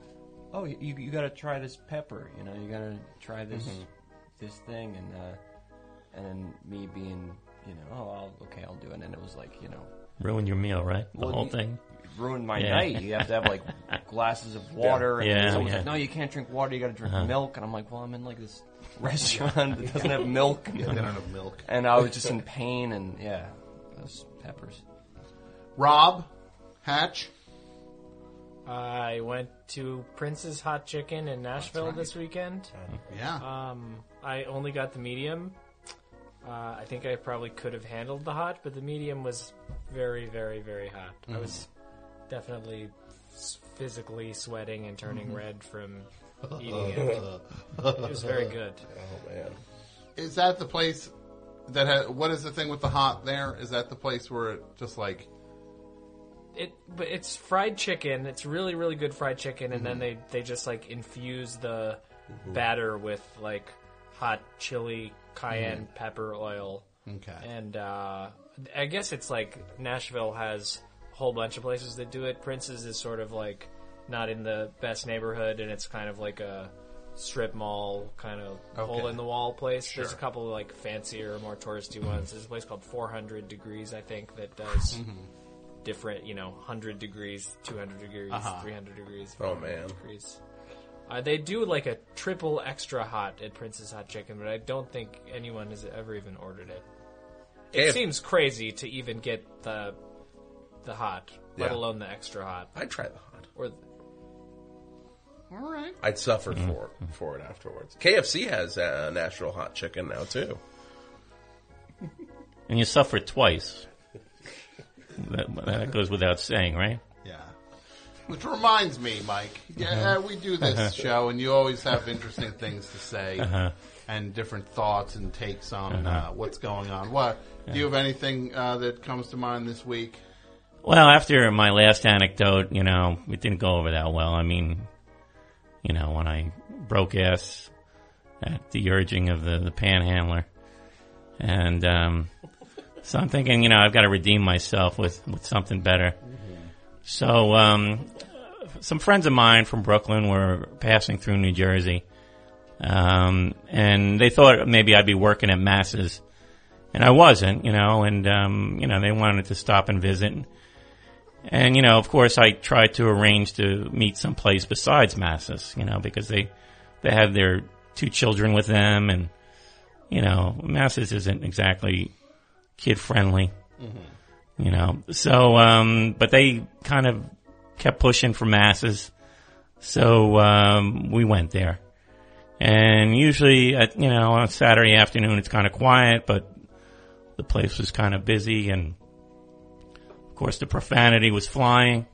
Speaker 5: oh, you you, you got to try this pepper, you know, you got to try this
Speaker 7: Mhm.
Speaker 5: this thing, and uh, and then me being, you know, oh, I'll, okay, I'll do it, and it was like, you know,
Speaker 3: Ruin your meal, right? The
Speaker 5: Well,
Speaker 3: whole
Speaker 5: you-
Speaker 3: thing.
Speaker 5: it ruined my
Speaker 3: Yeah.
Speaker 5: night. You have to have
Speaker 3: [LAUGHS]
Speaker 5: like glasses of water,
Speaker 3: Yeah,
Speaker 5: and someone's
Speaker 3: yeah.
Speaker 5: like, no, you can't drink water. You got to drink
Speaker 3: Uh-huh.
Speaker 5: milk, and I'm like, well, I'm in like this [LAUGHS] restaurant that doesn't have milk.
Speaker 2: Yeah, they don't have milk.
Speaker 5: and I was just in pain, and yeah, those peppers.
Speaker 2: Rob, Hatch.
Speaker 6: I went to Prince's Hot Chicken in Nashville this weekend.
Speaker 2: Yeah.
Speaker 6: Um, I only got the medium. Uh, I think I probably could have handled the hot, but the medium was very, very, very hot. I
Speaker 2: Mhm.
Speaker 6: was definitely s- physically sweating and turning
Speaker 2: Mhm.
Speaker 6: red from eating it. it was very good.
Speaker 4: Oh man.
Speaker 2: Is that the place that ha what is the thing with the hot there? Is that the place where it just like
Speaker 6: it but it's fried chicken. It's really really good fried chicken, and then they they just like infuse the
Speaker 2: Mhm.
Speaker 6: batter with like hot chili, cayenne
Speaker 2: Mhm.
Speaker 6: pepper oil.
Speaker 2: Okay.
Speaker 6: And uh, I guess it's like Nashville has a whole bunch of places that do it. Prince's is sort of like not in the best neighborhood, and it's kind of like a strip mall kind of
Speaker 7: Okay.
Speaker 6: hole in the wall place. There's a
Speaker 7: Sure.
Speaker 6: couple of like fancier, more touristy ones. There's a place called 400 Degrees, I think, that does different, you know, 100 degrees, 200 degrees,
Speaker 4: Uh-huh.
Speaker 6: 300 degrees.
Speaker 4: Oh,
Speaker 6: 400
Speaker 4: man.
Speaker 6: Degrees. Uh, they do like a triple extra hot at Prince's Hot Chicken, but I don't think anyone has ever even ordered it. It
Speaker 4: Hey, if-
Speaker 6: seems crazy to even get the the hot, let
Speaker 4: Yeah.
Speaker 6: alone the extra hot.
Speaker 4: I'd try the hot.
Speaker 6: Or
Speaker 2: all right.
Speaker 4: I'd suffer
Speaker 3: Mm-hmm.
Speaker 4: for for it afterwards. KFC has uh, Nashville hot chicken now too.
Speaker 3: And you suffer twice. [LAUGHS] that, that goes without saying, right?
Speaker 2: Yeah. Which reminds me, Mike.
Speaker 3: Uh-huh.
Speaker 2: Yeah, uh, we do this show, and you always have interesting things to say
Speaker 3: Uh-huh.
Speaker 2: and different thoughts and takes on uh
Speaker 3: Uh-huh.
Speaker 2: what's going on. What do you have anything uh, that comes to mind this week?
Speaker 3: Well, after my last anecdote, you know, it didn't go over that well. I mean, you know, when I broke ass at the urging of the, the panhandler. And um, so I'm thinking, you know, I've got to redeem myself with, with something better. So um, some friends of mine from Brooklyn were passing through New Jersey. Um, and they thought maybe I'd be working at Masses. And I wasn't, you know, and, um, you know, they wanted to stop and visit. And, you know, of course, I tried to arrange to meet someplace besides Masses, you know, because they, they have their two children with them and, you know, Masses isn't exactly kid friendly, you know. So, um, but they kind of kept pushing for Masses. So, um, we went there. And usually, at, you know, on Saturday afternoon, it's kind of quiet, but the place was kind of busy and of course, the profanity was flying,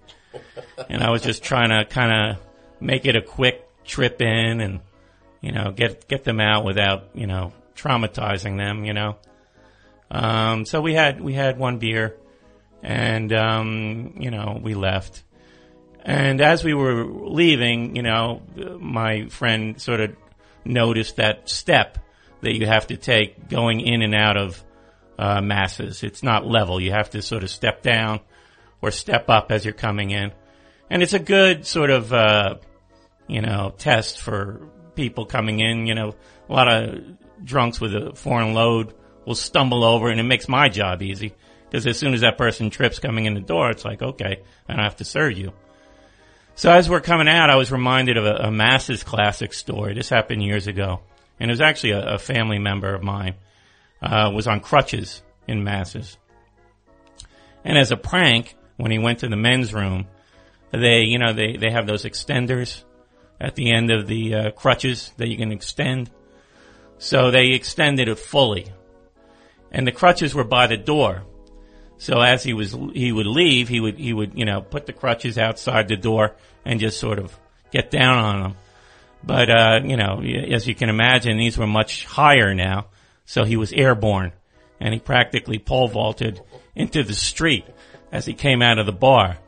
Speaker 3: and I was just trying to kind of make it a quick trip in, and you know, get get them out without you know traumatizing them, you know. Um, so we had we had one beer, and um, you know, we left. And as we were leaving, you know, my friend sort of noticed that step that you have to take going in and out of uh, masses. It's not level. You have to sort of step down or step up as you're coming in. And it's a good sort of, uh, you know, test for people coming in. You know, a lot of drunks with a foreign load will stumble over and it makes my job easy. Because as soon as that person trips coming in the door, it's like, okay, I don't have to serve you. So as we're coming out, I was reminded of a, a Masses classic story. This happened years ago, and it was actually a, a family member of mine uh, was on crutches in Masses. [LAUGHS] And
Speaker 2: [LAUGHS]
Speaker 3: as a prank, when he went to the men's room, they, you know, they, they have those extenders at the end of the uh, crutches that you can extend. So they extended it fully, and the crutches were by the door. So as he was he would leave, he would he would you know put the crutches outside the door and just sort of get down on them. But uh, you know, as you can imagine, these were much higher now, so he was airborne, and he practically pole vaulted into the street as he came out of the bar.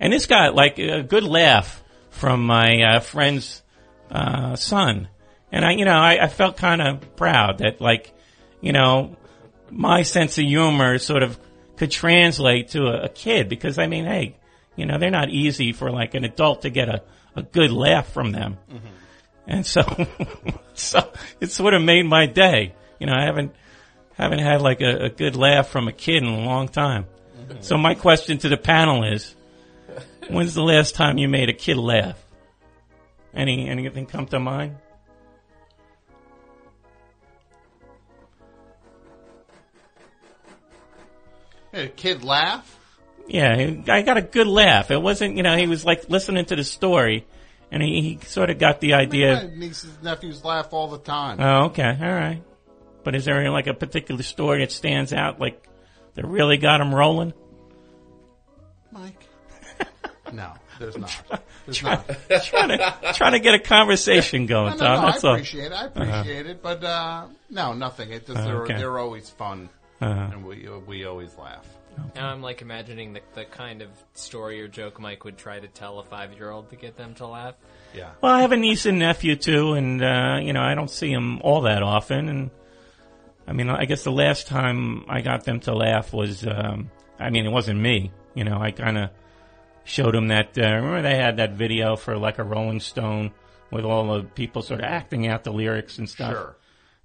Speaker 3: And this got like a good laugh from my uh, friend's uh, son, and I, you know, I, I felt kind of proud that like, you know, my sense of humor sort of could translate to a, a kid because I mean, hey, you know, they're not easy for like an adult to get a, a good laugh from them. And so, [LAUGHS] so it sort of made my day. You know, I haven't, haven't had like a, a good laugh from a kid in a long time. So my question to the panel is, when's the last time you made a kid laugh? Any, anything come to mind?
Speaker 2: Made a kid laugh.
Speaker 3: Yeah, he- I got a good laugh. It wasn't, you know, he was like listening to the story, and he, he sort of got the idea.
Speaker 2: My nieces and nephews laugh all the time.
Speaker 3: Oh, okay, all right. But is there like a particular story that stands out, like that really got him rolling?
Speaker 2: Mike. no, there's
Speaker 3: [LAUGHS]
Speaker 2: not. There's
Speaker 3: Try-
Speaker 2: not.
Speaker 3: trying to trying to get a conversation
Speaker 2: No,
Speaker 3: going,
Speaker 2: no,
Speaker 3: Tom.
Speaker 2: no,
Speaker 3: That's
Speaker 2: I
Speaker 3: all.
Speaker 2: appreciate it. I appreciate it, but uh, no, nothing. It just
Speaker 3: Uh,
Speaker 2: they're,
Speaker 3: okay.
Speaker 2: they're always fun,
Speaker 3: Uh-huh.
Speaker 2: and we uh, we always laugh.
Speaker 6: Now I'm like imagining the, the kind of story or joke Mike would try to tell a five year old to get them to laugh.
Speaker 2: Yeah.
Speaker 3: Well, I have a niece and nephew too, and uh, you know I don't see them all that often. And I mean, I guess the last time I got them to laugh was, um, I mean, it wasn't me. You know, I kind of showed them that. Uh, remember, they had that video for like a Rolling Stone with all the people sort of acting out the lyrics and stuff.
Speaker 2: Sure.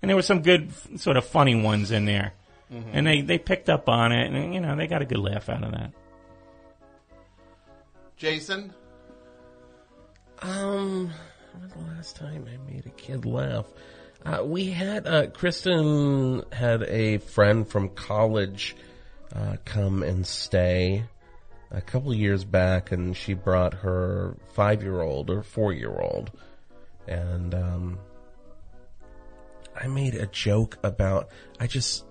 Speaker 3: And there were some good, f- sort of funny ones in there,
Speaker 2: Mhm.
Speaker 3: and they they picked up on it, and you know they got a good laugh out of that.
Speaker 2: Jason,
Speaker 4: Um, when was the last time I made a kid laugh? Uh, we had uh, Kristen had a friend from college uh, come and stay a couple years back, and she brought her five-year-old or four-year-old, and um, I made a joke about I just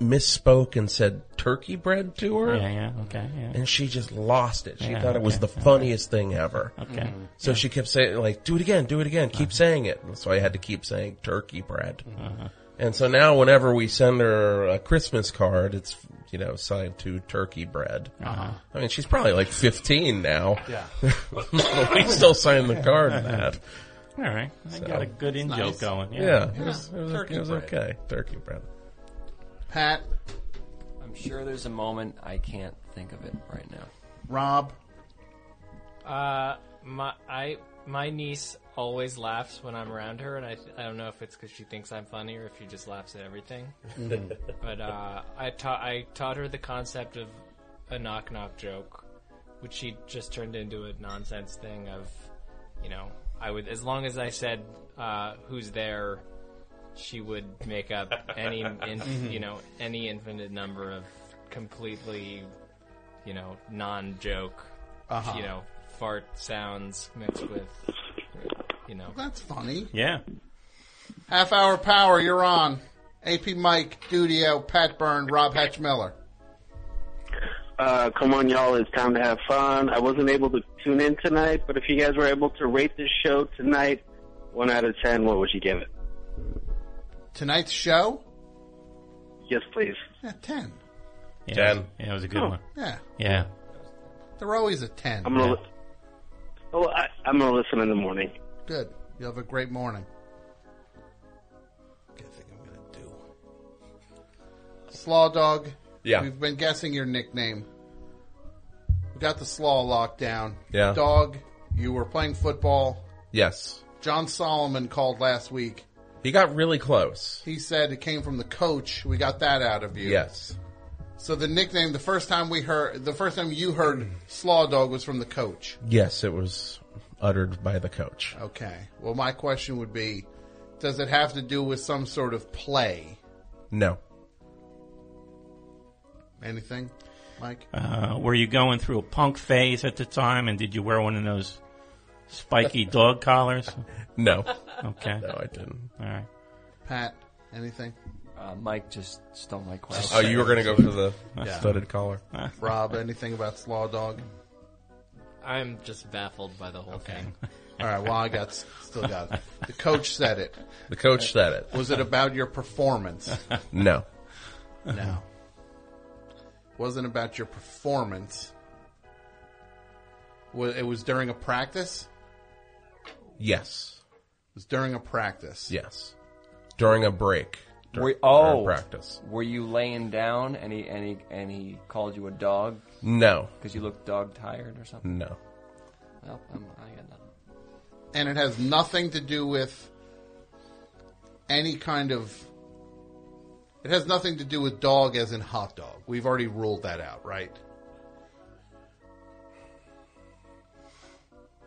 Speaker 4: misspoke and said turkey bread to her.
Speaker 3: Yeah, yeah, okay, yeah.
Speaker 4: And she just lost it. She
Speaker 3: Yeah,
Speaker 4: thought it was
Speaker 3: okay,
Speaker 4: the
Speaker 3: all right.
Speaker 4: funniest thing ever.
Speaker 3: Okay. Uh-huh. Mhm.
Speaker 4: So she kept saying like, "Do it again, do it again, keep saying it." So I had to keep saying turkey bread.
Speaker 3: Uh-huh.
Speaker 4: And so now whenever we send her a Christmas card, it's you know signed to turkey bread.
Speaker 3: Uh-huh.
Speaker 4: I mean, she's probably like 15 now.
Speaker 3: Yeah.
Speaker 4: [LAUGHS] we still sign the card that.
Speaker 3: All right, I got a good in
Speaker 4: It's
Speaker 3: joke
Speaker 4: nice.
Speaker 3: going.
Speaker 4: Yeah,
Speaker 3: Yeah,
Speaker 4: it was, it was,
Speaker 2: Turkey
Speaker 4: it was
Speaker 2: bread.
Speaker 4: okay. Turkey bread.
Speaker 2: Pat,
Speaker 5: I'm sure there's a moment I can't think of it right now.
Speaker 2: Rob,
Speaker 6: Uh, my I my niece always laughs when I'm around her, and I I don't know if it's because she thinks I'm funny or if she just laughs at everything.
Speaker 7: Mhm.
Speaker 6: but uh, I taught I taught her the concept of a knock knock joke, which she just turned into a nonsense thing of, you know, I would as long as I said uh, who's there. She would make up any, in,
Speaker 7: Mhm.
Speaker 6: you know, any infinite number of completely, you know, non-joke,
Speaker 2: Uh-huh.
Speaker 6: you know, fart sounds mixed with, you know.
Speaker 2: that's funny.
Speaker 3: Yeah.
Speaker 2: Half hour power. You're on. AP Mike, Dudio, Pat Byrne, Rob Hatchmiller.
Speaker 9: Uh, come on, y'all. It's time to have fun. I wasn't able to tune in tonight, but if you guys were able to rate this show tonight, one out of ten, what would you give it?
Speaker 2: Tonight's show,
Speaker 9: Yes, please.
Speaker 2: yeah, ten.
Speaker 3: yeah,
Speaker 4: Ten.
Speaker 3: yeah, it was a good
Speaker 9: Oh,
Speaker 3: one.
Speaker 2: yeah.
Speaker 3: yeah.
Speaker 2: They're always a ten.
Speaker 9: I'm gonna. Li- oh, I, I'm gonna listen in the morning.
Speaker 2: Good. You have a great morning. Good thing I'm gonna do. Slaw dog.
Speaker 4: Yeah.
Speaker 2: We've been guessing your nickname. We got the slaw locked down.
Speaker 4: Yeah.
Speaker 2: Dog, you were playing football.
Speaker 4: Yes,
Speaker 2: John Solomon called last week.
Speaker 4: he got really close.
Speaker 2: He said it came from the coach. We got that out of you.
Speaker 4: Yes.
Speaker 2: So the nickname, the first time we heard, the first time you heard slaw dog was from the coach.
Speaker 4: Yes, it was uttered by
Speaker 3: [LAUGHS]
Speaker 4: the coach.
Speaker 2: Okay. Well, my question would be, does it have to do with some sort of play?
Speaker 4: No.
Speaker 2: Anything, Mike?
Speaker 3: Uh, were you going through a punk phase at the time, and did you wear one of those
Speaker 4: [LAUGHS]
Speaker 3: Spiky dog collars?
Speaker 4: No.
Speaker 3: Okay.
Speaker 4: No, I didn't.
Speaker 3: All right.
Speaker 2: Pat, anything?
Speaker 5: Uh, Mike just stole my
Speaker 4: question. Oh, you were gonna go for the
Speaker 3: [LAUGHS]
Speaker 4: studded collar.
Speaker 2: Rob, anything about Slaw Dog?
Speaker 6: I'm just baffled by the whole thing.
Speaker 2: All right. Well, I got still got it. The coach said it.
Speaker 4: The coach said it.
Speaker 2: Was it about your
Speaker 4: [LAUGHS]
Speaker 2: performance?
Speaker 4: No.
Speaker 2: No. Wasn't about your performance. Wa- It was during a practice.
Speaker 4: Yes.
Speaker 2: It was during a practice.
Speaker 4: Yes. During a break. Dur-
Speaker 5: Were,
Speaker 4: during
Speaker 5: oh,
Speaker 4: practice.
Speaker 5: Were you laying down and he and he, and he called you a dog?
Speaker 4: No.
Speaker 5: because you looked dog tired or something.
Speaker 4: No.
Speaker 5: Well, I'm, I got nothing.
Speaker 2: and it has nothing to do with any kind of. It has nothing to do with dog as in hot dog. We've already ruled that out, right?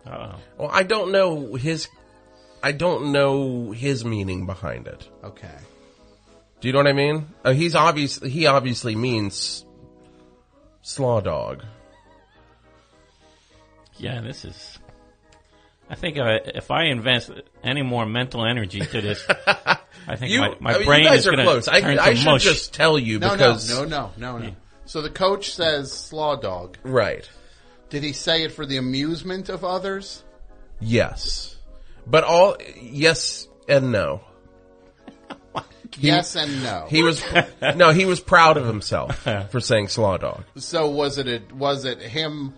Speaker 3: Oh.
Speaker 4: Well, I don't know his. I don't know his meaning behind it.
Speaker 2: Okay.
Speaker 4: Do you know what I mean? Uh, he's obvious. He obviously means slaw dog.
Speaker 3: Yeah, this is. I think I, if I invest any more mental energy to
Speaker 4: [LAUGHS]
Speaker 3: this, I think
Speaker 4: You-
Speaker 3: my, my
Speaker 4: I mean, you
Speaker 3: brain
Speaker 4: guys
Speaker 3: is
Speaker 4: are
Speaker 3: going
Speaker 4: close. I-
Speaker 3: turn
Speaker 4: I
Speaker 3: to
Speaker 4: should
Speaker 3: mush.
Speaker 4: just tell you
Speaker 2: No,
Speaker 4: because-
Speaker 2: no, no, no, no, no. So the coach says slaw dog.
Speaker 4: Right.
Speaker 2: Did he say it for the amusement of others?
Speaker 4: Yes, but all yes and no.
Speaker 2: [LAUGHS]
Speaker 4: He-
Speaker 2: yes and no.
Speaker 4: He was no. He was proud of himself for saying slaw dog.
Speaker 2: So was it a, was it him?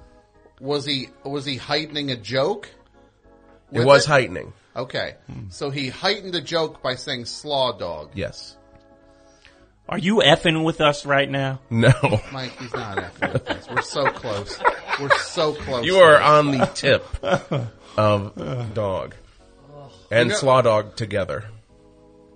Speaker 2: Was he was he heightening a joke?
Speaker 4: It
Speaker 2: with
Speaker 4: was heightening. Hmm.
Speaker 2: Okay, so he heightened the joke by saying slaw dog.
Speaker 4: Yes.
Speaker 3: Are you effing with us right now? [LAUGHS]
Speaker 4: No.
Speaker 2: Mike, he's not effing with us. We're so close. We're so close.
Speaker 4: You are on the tip of dog and
Speaker 2: You know-
Speaker 4: slaw dog together.
Speaker 2: [LAUGHS]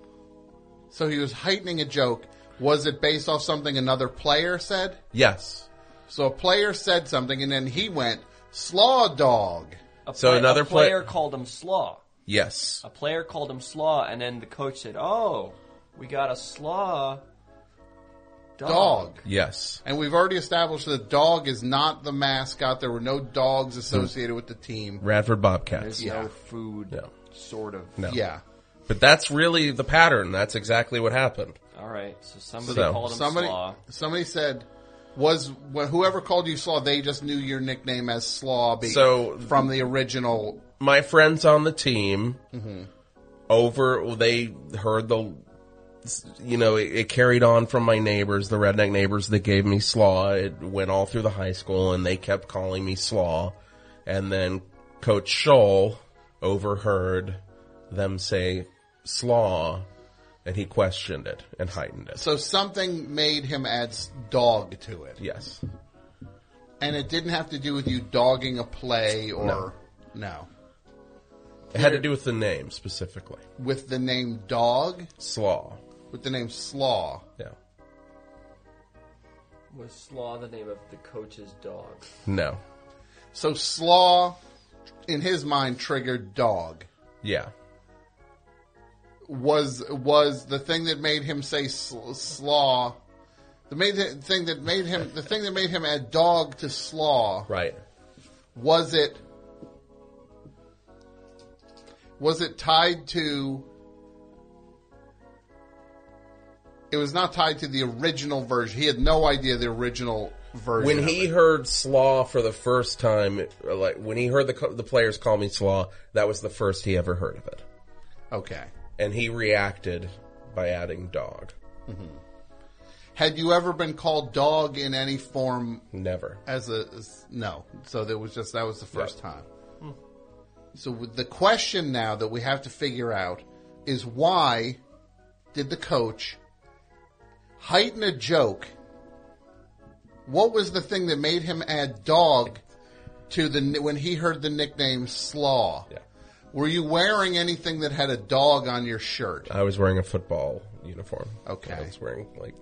Speaker 2: So he was heightening a joke. Was it based off something another player said?
Speaker 4: Yes.
Speaker 2: So a player said something, and then he went slaw dog.
Speaker 4: So play- another
Speaker 5: a
Speaker 4: play-
Speaker 5: player called him slaw.
Speaker 4: Yes.
Speaker 5: A player called him slaw, and then the coach said, "Oh, we got a slaw dog."
Speaker 2: dog.
Speaker 4: Yes.
Speaker 2: And we've already established that dog is not the mascot. There were no dogs associated with the team.
Speaker 4: Radford Bobcats.
Speaker 5: There's no food, sort of.
Speaker 4: No.
Speaker 2: Yeah.
Speaker 4: But that's really the pattern. That's exactly what happened.
Speaker 5: All right. So somebody
Speaker 4: So-
Speaker 5: called him
Speaker 2: Somebody,
Speaker 5: slaw.
Speaker 2: somebody said, was wh- whoever called you Slaw? They just knew your nickname as Slaw. Be,
Speaker 4: So-
Speaker 2: from the original,
Speaker 4: My friends on the team
Speaker 2: Mhm.
Speaker 4: over they heard the you know, it, it carried on from my neighbors, the redneck neighbors that gave me slaw. It went all through the high school and they kept calling me slaw. And then Coach Scholl overheard them say slaw and he questioned it and heightened it.
Speaker 2: so something made him add s- dog to it.
Speaker 4: Yes.
Speaker 2: And it didn't have to do with you dogging a play or no,
Speaker 4: It had to do with the name specifically.
Speaker 2: with the name dog,
Speaker 4: Slaw.
Speaker 2: with the name Slaw.
Speaker 4: Yeah.
Speaker 5: Was slaw the name of the coach's dog?
Speaker 4: No.
Speaker 2: So Slaw, in his mind, triggered dog.
Speaker 4: Yeah.
Speaker 2: was was the thing that made him say sl- slaw. The main th- thing that made him the thing that made him add dog to slaw.
Speaker 4: Right.
Speaker 2: Was it was it tied to? It was not tied to the original version. He had no idea the original version.
Speaker 4: When
Speaker 2: of
Speaker 4: he
Speaker 2: it.
Speaker 4: heard slaw for the first time, like when he heard the co- the players call me slaw, that was the first he ever heard of it,
Speaker 2: okay,
Speaker 4: and he reacted by adding dog.
Speaker 2: had you ever been called dog in any form
Speaker 4: Never.
Speaker 2: as a as- no so that was just that was the first time so with the question now that we have to figure out is why did the coach heighten a joke what was the thing that made him add dog to the ni- when he heard the nickname slaw
Speaker 4: Yeah.
Speaker 2: were you wearing anything that had a dog on your shirt
Speaker 4: I was wearing a football uniform.
Speaker 2: Okay.
Speaker 4: I was wearing like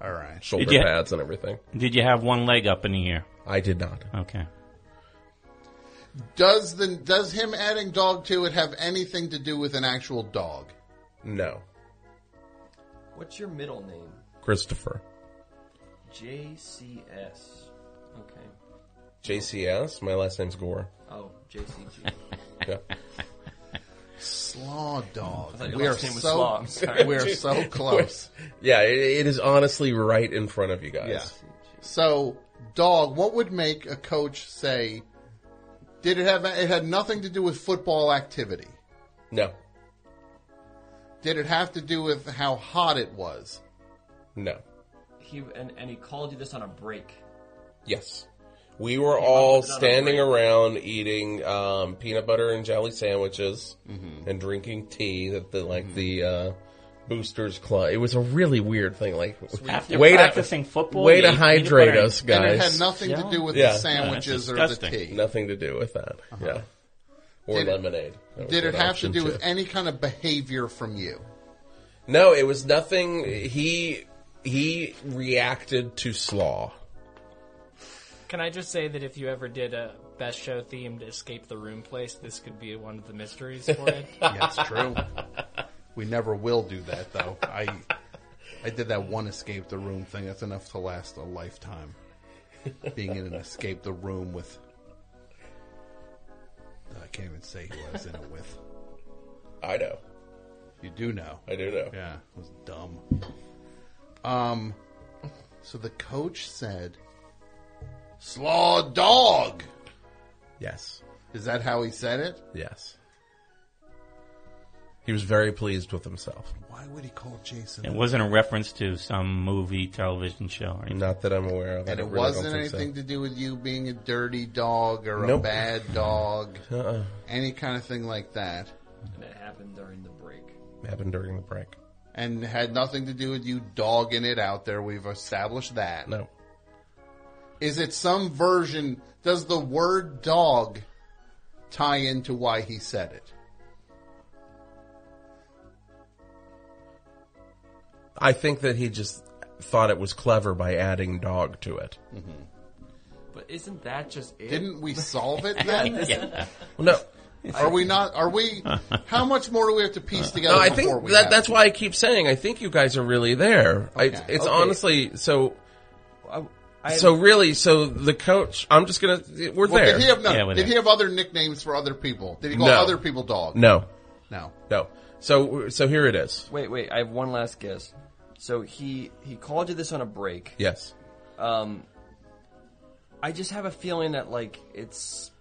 Speaker 2: all right
Speaker 4: shoulder
Speaker 3: Did you-
Speaker 4: pads and everything.
Speaker 3: Did you have one leg up in the air?
Speaker 4: I did not.
Speaker 3: Okay.
Speaker 2: does the does him adding dog to it have anything to do with an actual dog
Speaker 4: No,
Speaker 5: What's your middle name?
Speaker 4: Christopher.
Speaker 5: JCS. Okay.
Speaker 4: JCS. My last name's Gore.
Speaker 5: Oh, JCG.
Speaker 4: America.
Speaker 2: Slaw dog.
Speaker 5: I thought your
Speaker 2: We are
Speaker 5: last name was
Speaker 2: so
Speaker 5: Slaw, I'm sorry.
Speaker 2: we are
Speaker 5: [LAUGHS]
Speaker 2: so close.
Speaker 4: [LAUGHS] yeah, it, it is honestly right in front of you guys.
Speaker 2: Yeah. So, dog. What would make a coach say? Did it have? It had nothing to do with football activity.
Speaker 4: No.
Speaker 2: Did it have to do with how hot it was?
Speaker 4: No.
Speaker 5: He and, and he called you this on a break.
Speaker 4: Yes. We were all
Speaker 5: with it on a
Speaker 4: standing
Speaker 5: break.
Speaker 4: around eating um, peanut butter and jelly sandwiches
Speaker 3: Mm-hmm.
Speaker 4: and drinking tea that the like the uh, boosters club. It was a really weird thing. Like [LAUGHS]
Speaker 3: After
Speaker 4: way
Speaker 3: practicing
Speaker 4: to,
Speaker 3: football,
Speaker 4: way
Speaker 3: you
Speaker 4: to
Speaker 3: eat peanut
Speaker 4: hydrate
Speaker 3: butter and-
Speaker 4: us, guys.
Speaker 3: And it had
Speaker 2: nothing to do with the sandwiches or the disgusting. tea.
Speaker 4: Nothing to do with that.
Speaker 3: Uh-huh.
Speaker 4: Yeah, or
Speaker 2: Did it-
Speaker 4: lemonade. That was
Speaker 2: Did it
Speaker 4: an
Speaker 2: have to
Speaker 4: option,
Speaker 2: do
Speaker 4: too.
Speaker 2: with any kind of behavior from you?
Speaker 4: No, it was nothing. He he reacted to slaw.
Speaker 6: Can I just say that if you ever did a best show themed escape the room place, this could be one of the mysteries
Speaker 2: [LAUGHS]
Speaker 6: for it.
Speaker 2: That's true. we never will do that though. I I did that one escape the room thing. That's enough to last a lifetime. Being in an escape the room with I can't even say who I was in it with.
Speaker 4: [LAUGHS] I know.
Speaker 2: You do know.
Speaker 4: I do know.
Speaker 2: Yeah, it was dumb. Um so the coach said Slaw dog.
Speaker 4: Yes.
Speaker 2: Is that how he said it?
Speaker 4: Yes. He was very pleased with himself.
Speaker 2: Why would he call Jason?
Speaker 3: It wasn't a reference to some movie, television show, or anything.
Speaker 4: Not that I'm aware of.
Speaker 3: I
Speaker 2: And it
Speaker 3: don't really don't
Speaker 2: wasn't
Speaker 3: think so.
Speaker 2: anything to do with you being a dirty dog or a
Speaker 4: Nope.
Speaker 2: bad dog,
Speaker 4: Uh-uh.
Speaker 2: any kind of thing like that.
Speaker 5: And it happened during the break.
Speaker 4: happened during the break.
Speaker 2: And had nothing to do with you dogging it out there. We've established that.
Speaker 4: No.
Speaker 2: Is it some version? Does the word dog tie into why he said it?
Speaker 4: I think that he just thought it was clever by adding dog to it.
Speaker 2: Mm-hmm.
Speaker 5: But isn't that just it?
Speaker 2: Didn't
Speaker 5: [LAUGHS]
Speaker 2: we solve it then?
Speaker 5: Yeah.
Speaker 4: No.
Speaker 2: Are we not? Are
Speaker 4: [LAUGHS]
Speaker 2: we? How much more do we have to piece together?
Speaker 4: No, I
Speaker 2: before
Speaker 4: think
Speaker 2: we
Speaker 4: that
Speaker 2: have
Speaker 4: that's why I keep saying I think you guys are really there. I, it's
Speaker 5: Okay.
Speaker 4: honestly so.
Speaker 5: I- I-
Speaker 4: so really, so the coach. I'm just gonna. We're
Speaker 2: Well,
Speaker 4: there.
Speaker 2: Did he have no, Did he have other nicknames for other people? Did he call
Speaker 4: No.
Speaker 2: other people dog?
Speaker 4: No.
Speaker 2: No.
Speaker 4: No. So so here it is.
Speaker 5: Wait, wait. I have one last guess. So he he called you this on a break.
Speaker 4: Yes.
Speaker 5: Um, I just have a feeling that like it's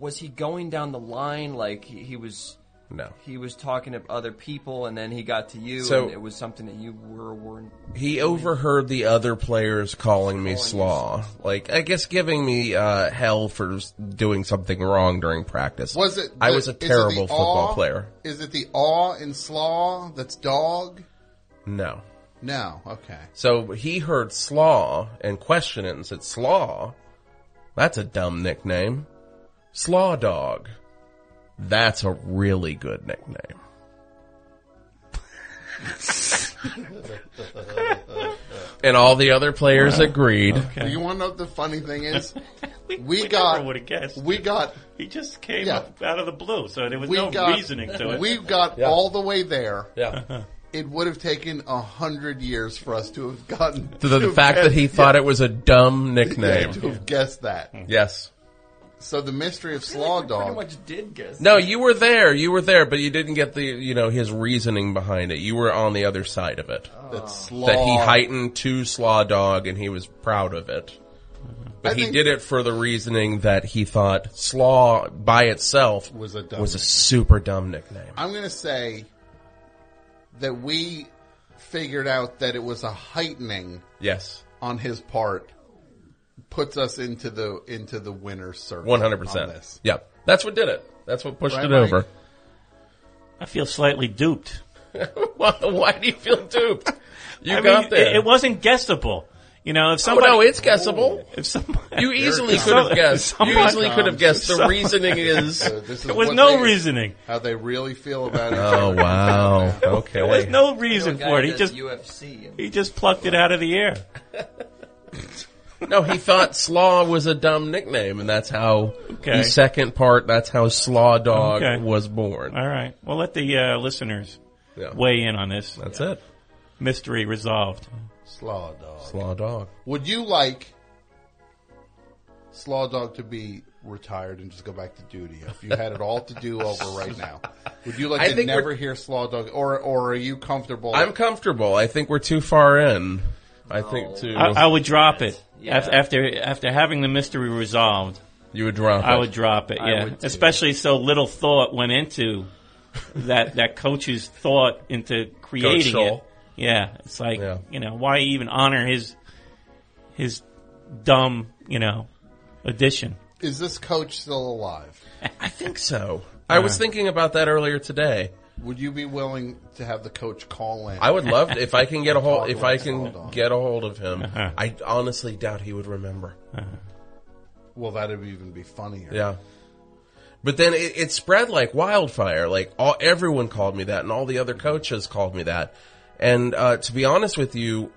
Speaker 5: was he going down the line like he, he was
Speaker 4: No.
Speaker 5: he was talking to other people and then he got to you
Speaker 4: So-
Speaker 5: and it was something that you were weren't
Speaker 4: He overheard the other players calling me slaw, like I guess giving me uh, hell for s- doing something wrong during practice.
Speaker 2: Was it?
Speaker 4: I
Speaker 2: the-
Speaker 4: was a
Speaker 2: is it the
Speaker 4: terrible football
Speaker 2: awe-
Speaker 4: player.
Speaker 2: Is it the awe and slaw that's dog?
Speaker 4: No.
Speaker 2: No. Okay.
Speaker 4: So he heard slaw and questioned it and said slaw. That's a dumb nickname. Slaw dog. That's a really good nickname. And all the other players agreed.
Speaker 2: Do you want to know what the funny thing
Speaker 3: [LAUGHS]
Speaker 2: is? we, got.
Speaker 3: would have guessed.
Speaker 2: We got.
Speaker 3: He just came
Speaker 2: Yeah.
Speaker 3: up out of the blue, so there was
Speaker 2: we
Speaker 3: no
Speaker 2: got,
Speaker 3: reasoning to it.
Speaker 2: We got all the way there.
Speaker 4: Yeah.
Speaker 2: It would have taken a hundred years for us to have gotten
Speaker 4: The, the
Speaker 2: to have
Speaker 4: fact that
Speaker 2: guessed-
Speaker 4: he thought it was a dumb
Speaker 2: [LAUGHS] yeah,
Speaker 4: nickname.
Speaker 2: to have guessed that.
Speaker 4: Yes.
Speaker 2: So the mystery of slaw
Speaker 5: pretty
Speaker 2: dog.
Speaker 5: much did guess.
Speaker 4: No, you were there. You were there, but you didn't get the you know his reasoning behind it. You were on the other side of it.
Speaker 2: That slaw.
Speaker 4: That he heightened to slaw dog, and he was proud of it. But
Speaker 2: I
Speaker 4: he
Speaker 2: think-
Speaker 4: did it for the reasoning that he thought slaw by itself
Speaker 2: Was a dumb
Speaker 4: was a
Speaker 2: nickname.
Speaker 4: super dumb nickname.
Speaker 2: I'm going to say that we figured out that it was a heightening
Speaker 4: Yes,
Speaker 2: on his part puts us into the into the winner's circle.
Speaker 4: one hundred
Speaker 2: on this.
Speaker 4: percent. Yep, that's what did it. That's what pushed
Speaker 2: Right,
Speaker 4: it
Speaker 2: Mike?
Speaker 4: over.
Speaker 3: I feel slightly duped.
Speaker 4: [LAUGHS] Why why do you
Speaker 3: [LAUGHS]
Speaker 4: feel duped? You
Speaker 3: I
Speaker 4: got
Speaker 3: mean,
Speaker 4: there.
Speaker 3: It, it wasn't guessable. You know, if
Speaker 4: Oh,
Speaker 3: somebody
Speaker 4: no, it's guessable.
Speaker 3: [LAUGHS] if somebody
Speaker 4: You easily
Speaker 2: comes.
Speaker 4: could
Speaker 3: [LAUGHS]
Speaker 4: have guessed. You
Speaker 3: Somebody-
Speaker 4: easily could
Speaker 3: [LAUGHS]
Speaker 4: have guessed. The
Speaker 3: Somebody- [LAUGHS]
Speaker 4: reasoning is.
Speaker 2: So this is
Speaker 3: There was
Speaker 2: what
Speaker 3: no
Speaker 2: they-
Speaker 3: reasoning.
Speaker 2: How they really feel about it.
Speaker 4: Oh
Speaker 2: [LAUGHS]
Speaker 4: wow. Okay.
Speaker 3: There was no
Speaker 5: You know, a
Speaker 3: reason
Speaker 5: guy
Speaker 3: for it. He
Speaker 5: does
Speaker 3: just
Speaker 5: UFC and
Speaker 3: he just plucked it out of the air.
Speaker 4: [LAUGHS] No, he thought Slaw was a dumb nickname, and that's how
Speaker 3: Okay.
Speaker 4: the second part. That's how Slaw Dog
Speaker 3: Okay.
Speaker 4: was born.
Speaker 3: All right. Well, let the uh, listeners
Speaker 4: Yeah.
Speaker 3: weigh in on this
Speaker 4: That's it.
Speaker 3: mystery resolved.
Speaker 2: Slaw dog.
Speaker 4: Slaw Dog.
Speaker 2: Would you like Slaw Dog to be retired and just go back to duty? If you had it all to do over right now, would you like
Speaker 4: I
Speaker 2: to
Speaker 4: think
Speaker 2: never hear Slaw Dog, or or are you comfortable?
Speaker 4: I'm comfortable. I think we're too far in. I
Speaker 2: Oh.
Speaker 4: think too.
Speaker 3: I, I would drop it
Speaker 4: Yeah.
Speaker 3: Af- after after having the mystery resolved.
Speaker 4: You would drop
Speaker 3: I
Speaker 4: it.
Speaker 3: would drop it.
Speaker 4: I
Speaker 3: Yeah,
Speaker 4: would, too.
Speaker 3: especially so little thought went into [LAUGHS] that that coach's thought into creating it.
Speaker 4: Scholl.
Speaker 3: Yeah, it's like you know why even honor his his dumb you know addition.
Speaker 2: Is this coach still alive?
Speaker 4: I think so. I was thinking about that earlier today.
Speaker 2: Would you be willing to have the coach call in?
Speaker 4: I would love to, if I can
Speaker 2: [LAUGHS]
Speaker 4: get a hold
Speaker 2: Talk
Speaker 4: if
Speaker 2: with
Speaker 4: I
Speaker 2: Slaw
Speaker 4: can
Speaker 2: Dog.
Speaker 4: get a hold of him.
Speaker 2: Uh-huh.
Speaker 4: I honestly doubt he would remember.
Speaker 3: Uh-huh.
Speaker 2: Well, that'd even be funnier.
Speaker 4: Yeah. But then it, it spread like wildfire. Like all everyone called me that, and all the other coaches called me that. And uh, to be honest with you,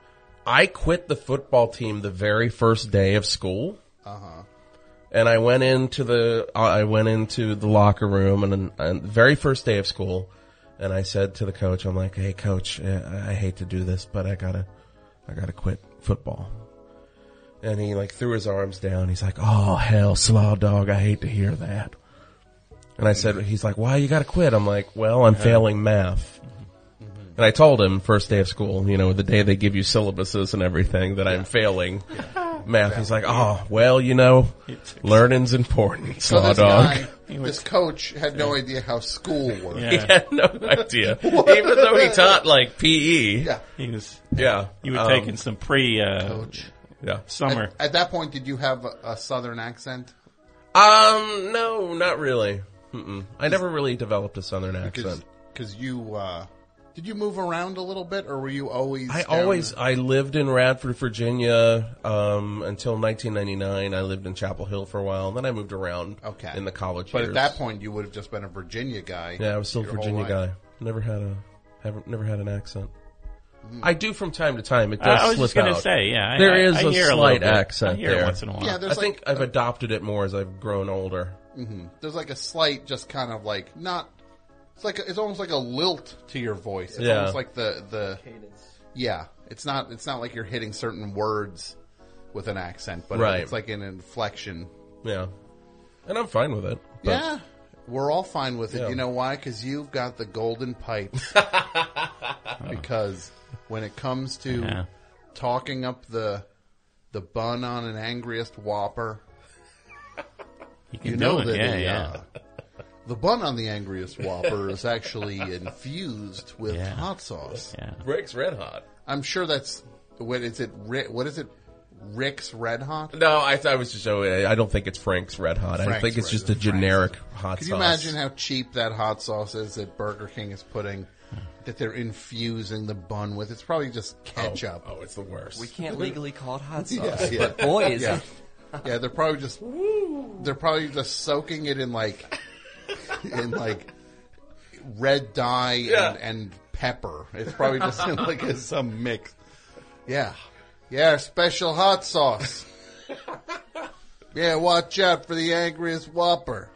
Speaker 4: I quit the football team the very first day of school.
Speaker 2: Uh huh.
Speaker 4: and I went into the uh, I went into the locker room and, and the very first day of school, and I said to the coach, "I'm like, hey coach, I, I hate to do this, but I gotta, I gotta quit football." And he like threw his arms down. He's like, "Oh hell, slaw dog, I hate to hear that." And I said, "He's like, why you gotta quit?" I'm like, "Well, I'm
Speaker 10: Yeah.
Speaker 4: failing math."
Speaker 2: Mm-hmm.
Speaker 4: And I told him first day of school, you know, the day they give you syllabuses and everything that I'm
Speaker 2: [LAUGHS]
Speaker 4: failing math. He's like, oh, well, you know, learning's important,
Speaker 2: So
Speaker 4: slaw
Speaker 2: this
Speaker 4: dog. [LAUGHS]
Speaker 2: guy, this coach, had no idea how school worked.
Speaker 4: He had
Speaker 2: [LAUGHS]
Speaker 4: no idea. Even though he taught like E. PE.
Speaker 2: Yeah.
Speaker 3: He was.
Speaker 4: Yeah.
Speaker 3: you were
Speaker 4: um,
Speaker 3: taking some pre uh,
Speaker 4: Yeah.
Speaker 3: summer.
Speaker 2: At, at that point, did you have a, a southern accent?
Speaker 4: Um, no, not really. Mm-mm. I never really developed a southern
Speaker 2: Because
Speaker 4: accent.
Speaker 2: because you uh, did you move around a little bit, or were you always?
Speaker 4: I
Speaker 2: down-
Speaker 4: always, I lived in Radford, Virginia, um, until 1999. I lived in Chapel Hill for a while, and then I moved around
Speaker 2: Okay.
Speaker 4: in the college
Speaker 2: But
Speaker 4: years.
Speaker 2: at that point, you would have just been a Virginia guy.
Speaker 4: Yeah, I was still a
Speaker 2: your whole
Speaker 4: Virginia
Speaker 2: life.
Speaker 4: guy. Never had a, haven't, never had an accent.
Speaker 2: Mm.
Speaker 4: I do from time to time. It
Speaker 3: I- I was
Speaker 4: does slip
Speaker 3: just gonna
Speaker 4: out.
Speaker 3: say, yeah, I-
Speaker 4: there
Speaker 3: I-
Speaker 4: is
Speaker 3: I
Speaker 4: a
Speaker 3: hear a little
Speaker 4: slight
Speaker 3: bit. I
Speaker 4: accent
Speaker 3: hear it
Speaker 4: there.
Speaker 3: once in a while.
Speaker 2: Yeah,
Speaker 4: I
Speaker 2: there's like-
Speaker 4: think I've adopted it more as I've grown older.
Speaker 2: hmm There's like a slight, just kind of like not. It's like a, it's almost like a lilt to your voice. It's
Speaker 4: Yeah.
Speaker 2: almost like the the Yeah, it's not it's not like you're hitting certain words with an accent, but
Speaker 4: Right.
Speaker 2: it's like an inflection.
Speaker 4: Yeah, and I'm fine with it. but-
Speaker 2: Yeah, we're all fine with it.
Speaker 4: Yeah.
Speaker 2: You know why? Because you've got the golden
Speaker 4: [LAUGHS]
Speaker 2: pipes. because when it comes to
Speaker 3: Yeah.
Speaker 2: talking up the the bun on an angriest whopper, you,
Speaker 3: can
Speaker 2: know
Speaker 3: do
Speaker 2: that
Speaker 3: it. Yeah,
Speaker 2: the,
Speaker 3: yeah.
Speaker 2: uh, the bun on the angriest whopper is actually infused with
Speaker 4: Yeah.
Speaker 2: hot sauce.
Speaker 4: Rick's Red Hot.
Speaker 2: I'm sure that's what is it? Rick, what is it? Rick's Red Hot.
Speaker 4: No, I, I was just. I don't think it's Frank's Red Hot. I
Speaker 2: Frank's
Speaker 4: think it's
Speaker 2: Red-
Speaker 4: just a
Speaker 2: Frank's.
Speaker 4: generic hot
Speaker 2: Could
Speaker 4: sauce.
Speaker 2: you imagine how cheap that hot sauce is that Burger King is putting? That they're infusing the bun with. It's probably just ketchup.
Speaker 4: Oh, it's the worst.
Speaker 5: We can't legally call it hot
Speaker 2: [LAUGHS] Yeah,
Speaker 5: sauce,
Speaker 2: yeah.
Speaker 5: but boy, is
Speaker 2: yeah.
Speaker 5: it.
Speaker 2: Yeah, they're probably just they're probably just soaking it in like in like red dye
Speaker 4: Yeah.
Speaker 2: and, and pepper. It's probably just [LAUGHS] in like a, some mix. Yeah, yeah, special hot
Speaker 4: [LAUGHS]
Speaker 2: sauce. yeah, watch out for the angriest whopper.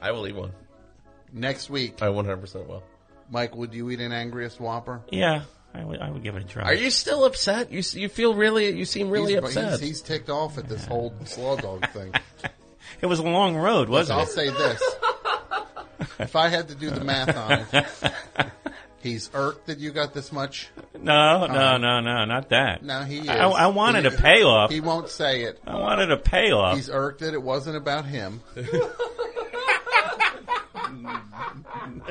Speaker 4: I will eat one.
Speaker 2: Next week,
Speaker 4: I 100 percent will.
Speaker 2: Mike, would you eat an angriest whopper?
Speaker 3: Yeah, I would I would give it a try.
Speaker 4: Are you still upset? You s- you feel really? You seem really
Speaker 2: he's,
Speaker 4: upset.
Speaker 2: He's, he's ticked off at this whole slaw dog
Speaker 3: [LAUGHS]
Speaker 2: thing.
Speaker 3: It was a long road,
Speaker 2: Look,
Speaker 3: wasn't
Speaker 2: I'll
Speaker 3: it?
Speaker 2: say
Speaker 3: [LAUGHS]
Speaker 2: this. If I had to do the math on
Speaker 3: [LAUGHS]
Speaker 2: it, he's irked that you got this much.
Speaker 3: No, no,
Speaker 2: Uh,
Speaker 3: no, no, not that.
Speaker 2: No, he is.
Speaker 3: I, I wanted
Speaker 2: He-
Speaker 3: a payoff.
Speaker 2: He won't say it.
Speaker 3: I wanted a payoff.
Speaker 2: He's irked that it wasn't about him.
Speaker 3: [LAUGHS]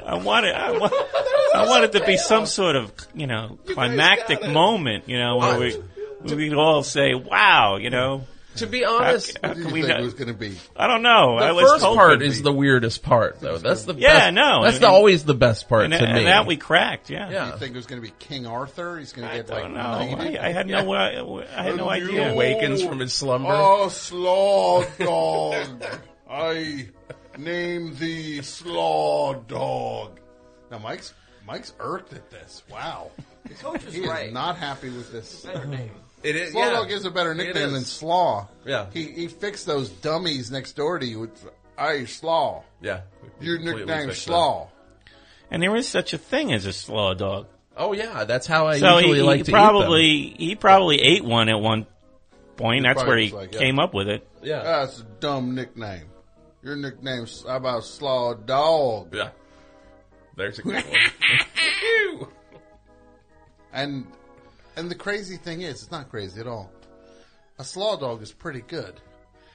Speaker 3: I wanted, I, wa- I wanted [LAUGHS] to be some sort of, you know, climactic moment, you know, where we, we could all say, wow, you know.
Speaker 4: To be honest,
Speaker 3: how, how
Speaker 4: What did
Speaker 3: can
Speaker 4: you
Speaker 3: we
Speaker 4: think
Speaker 3: not-
Speaker 4: it was
Speaker 2: gonna be?
Speaker 3: I don't know.
Speaker 4: The
Speaker 3: I was
Speaker 4: first
Speaker 3: hoping
Speaker 4: part
Speaker 3: we-
Speaker 4: is the weirdest part, though. That's the
Speaker 3: Yeah,
Speaker 4: best,
Speaker 3: no,
Speaker 4: That's
Speaker 3: I
Speaker 4: the,
Speaker 3: mean-
Speaker 4: always the best part
Speaker 3: and,
Speaker 4: to
Speaker 3: and
Speaker 4: me.
Speaker 3: that we cracked, yeah.
Speaker 2: Do you think it was going to be King Arthur? He's going to get like
Speaker 3: No,
Speaker 2: knighted?
Speaker 3: I, I had no, I, I had no idea.
Speaker 4: awakens from his slumber.
Speaker 2: Oh, slaw dog! I name thee slaw dog. Now, Mike's Mike's irked at this. Wow, the
Speaker 5: coach is
Speaker 2: he is
Speaker 5: right.
Speaker 2: not happy with this.
Speaker 4: It is-
Speaker 2: Slaw
Speaker 4: yeah.
Speaker 2: dog is a better
Speaker 4: It
Speaker 2: nickname
Speaker 4: is.
Speaker 2: than slaw.
Speaker 4: Yeah.
Speaker 2: he he fixed those dummies next door to you. With, I slaw.
Speaker 4: Yeah.
Speaker 2: your
Speaker 4: Completely
Speaker 2: nickname
Speaker 4: fixed
Speaker 2: slaw.
Speaker 3: And there is such a thing as a slaw dog.
Speaker 4: Oh yeah, that's how I
Speaker 3: so
Speaker 4: usually
Speaker 3: he,
Speaker 4: like
Speaker 3: he
Speaker 4: to eat them.
Speaker 3: probably he probably ate one at one point.
Speaker 2: He
Speaker 3: That's
Speaker 2: probably
Speaker 3: where he
Speaker 2: was like, yeah.
Speaker 3: came up with it.
Speaker 4: Yeah.
Speaker 2: That's a dumb nickname. Your nickname's about Slaw Dog.
Speaker 4: Yeah. There's a good
Speaker 2: [LAUGHS]
Speaker 4: one.
Speaker 2: and and the crazy thing is, it's not crazy at all. A slaw dog is pretty good.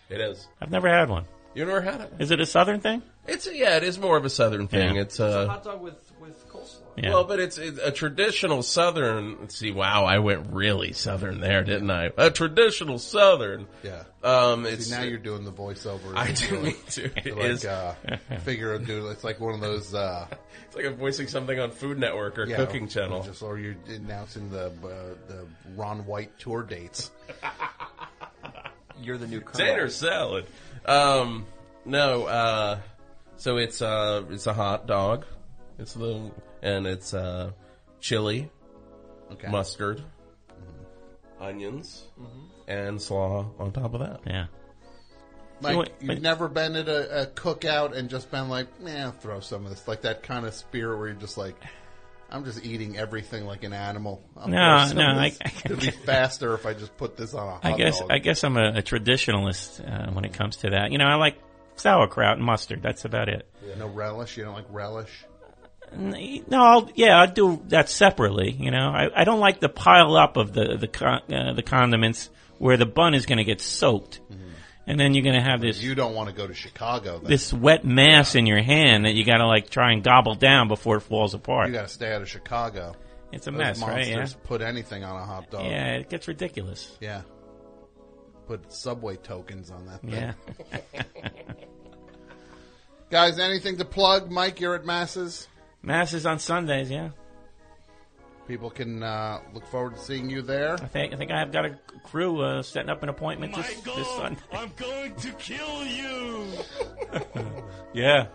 Speaker 4: It is.
Speaker 3: I've never had one.
Speaker 4: You never had it?
Speaker 3: Is it a southern thing?
Speaker 4: It's yeah, it is more of a southern thing.
Speaker 3: Yeah.
Speaker 4: It's uh,
Speaker 7: hot dog with with coleslaw.
Speaker 3: Yeah.
Speaker 4: Well, but it's, it's a traditional Southern. let's see, wow, I went really Southern there, didn't I? A traditional Southern.
Speaker 2: Yeah.
Speaker 4: Um,
Speaker 2: See,
Speaker 4: it's
Speaker 2: now you're doing the voiceover.
Speaker 4: I
Speaker 2: It's
Speaker 4: do
Speaker 2: really-
Speaker 4: need to.
Speaker 2: you're
Speaker 4: It
Speaker 2: like
Speaker 3: [LAUGHS]
Speaker 4: is-
Speaker 2: uh, figure of dude. It's like one of those. Uh,
Speaker 4: it's like I'm voicing something on Food Network or
Speaker 2: yeah,
Speaker 4: Cooking Channel.
Speaker 2: Just, or you're announcing the uh, the Ron White tour dates.
Speaker 5: You're the new
Speaker 4: Tater salad. Um, no. Uh, so it's uh, it's a hot dog. It's the and it's uh, chili,
Speaker 2: Okay.
Speaker 4: mustard,
Speaker 5: Mm-hmm.
Speaker 4: onions, and slaw on top of that.
Speaker 3: Yeah.
Speaker 2: Like
Speaker 4: Wait,
Speaker 2: you've
Speaker 4: wait.
Speaker 2: never been at a, a cookout and just been like, man, throw some of this, like that kind of spirit where you're just like, I'm just eating everything like an animal. I'm
Speaker 3: No,
Speaker 2: throwing some
Speaker 3: no,
Speaker 2: of
Speaker 3: I-
Speaker 2: this.
Speaker 3: I-
Speaker 2: it'd be faster if I just put this on a hot
Speaker 3: I guess
Speaker 2: dog.
Speaker 3: I guess I'm a, a traditionalist uh, when it comes to that. You know, I like sauerkraut and mustard. That's about it.
Speaker 2: No relish. You don't like relish.
Speaker 3: No, I'll, yeah, I'll do that separately. You know, I, I don't like the pile up of the the con, uh, the condiments where the bun is going to get soaked, and then you're going to have this
Speaker 2: You don't want to go to Chicago. Then.
Speaker 3: this wet mass in your hand that you got to like try and gobble down before it falls apart.
Speaker 2: You got to stay out of Chicago.
Speaker 3: It's a
Speaker 2: Those
Speaker 3: mess, right?
Speaker 2: monsters
Speaker 3: Yeah.
Speaker 2: Put anything on a hot dog.
Speaker 3: Yeah, it gets ridiculous.
Speaker 2: Yeah. Put subway tokens on that thing.
Speaker 3: Yeah.
Speaker 2: Guys, anything to plug? Mike, you're at Masses.
Speaker 3: Masses on Sundays, yeah.
Speaker 2: People can uh, look forward to seeing you there.
Speaker 3: I think I think I've got a crew uh, setting up an appointment this, this Sunday.
Speaker 4: [LAUGHS]
Speaker 13: I'm going to kill you.
Speaker 3: [LAUGHS] Yeah.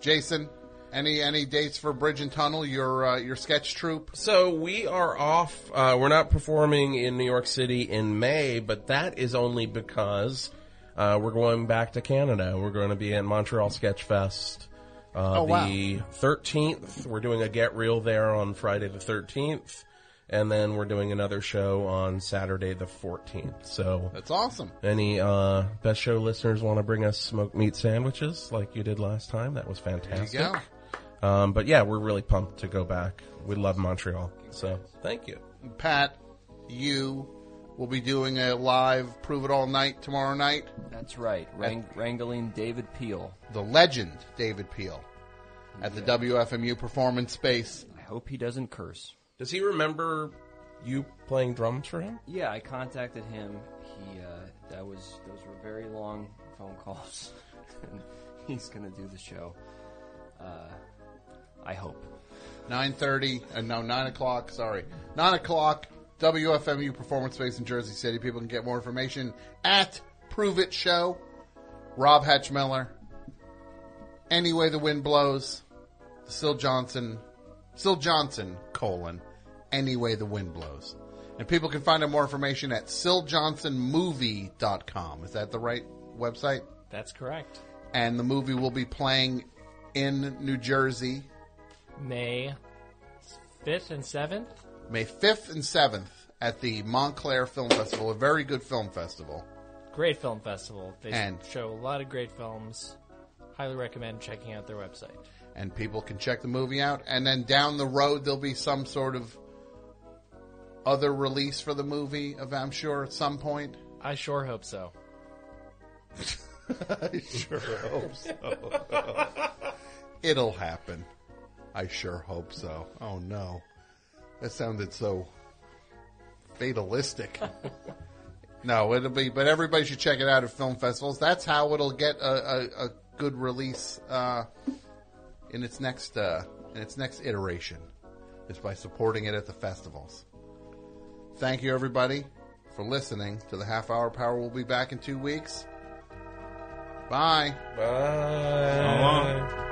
Speaker 2: Jason, any any dates for Bridge and Tunnel? Your uh, your sketch troupe.
Speaker 4: So we are off. Uh, we're not performing in New York City in May, but that is only because uh, we're going back to Canada. We're going to be at Montreal Sketch Fest uh,
Speaker 2: Oh, wow.
Speaker 4: the 13th. We're doing a get real there on Friday the 13th, and then we're doing another show on Saturday the 14th. So
Speaker 2: That's awesome.
Speaker 4: Any uh, best show listeners want to bring us smoked meat sandwiches like you did last time? That was fantastic.
Speaker 2: go.
Speaker 4: Um, but yeah, we're really pumped to go back. We love Montreal. So thank you.
Speaker 2: Pat, you will be doing a live Prove It All night tomorrow night.
Speaker 5: That's right. Wrang- wrangling David Peel.
Speaker 2: The legend, David Peel, at the WFMU Performance Space.
Speaker 5: I hope he doesn't curse.
Speaker 4: Does he remember you playing drums for him?
Speaker 5: Yeah, I contacted him. He uh, that was those were very long phone calls, [LAUGHS] and he's gonna do the show. Uh, I hope.
Speaker 2: Nine thirty, uh, no, nine o'clock. Sorry, nine o'clock. WFMU Performance Space in Jersey City. People can get more information at Prove It Show. Rob Hatchmiller. Any way the wind blows. Still Johnson. Still Johnson colon. Any way the wind blows. And people can find out more information at silljohnsonmovie.com. Is that the right website?
Speaker 6: That's correct.
Speaker 2: And the movie will be playing in New Jersey
Speaker 6: May fifth and seventh.
Speaker 2: May 5th and 7th at the Montclair Film Festival, a very good film festival.
Speaker 6: Great film festival. They
Speaker 2: And-
Speaker 6: show a lot of great films. Highly recommend checking out their website.
Speaker 2: And people can check the movie out. And then down the road, there'll be some sort of other release for the movie, of, I'm sure, at some point.
Speaker 6: I sure hope so.
Speaker 2: I sure
Speaker 10: Oh.
Speaker 2: hope Oh, so.
Speaker 3: [LAUGHS]
Speaker 2: It'll happen. I sure hope so. Oh no. That sounded so fatalistic. no, it'll be, but everybody should check it out at film festivals. That's how it'll get a, a, a good release, uh, in its next, uh, in its next iteration is by supporting it at the festivals. Thank you everybody for listening to the half hour power. We'll be back in two weeks. Bye.
Speaker 4: Bye.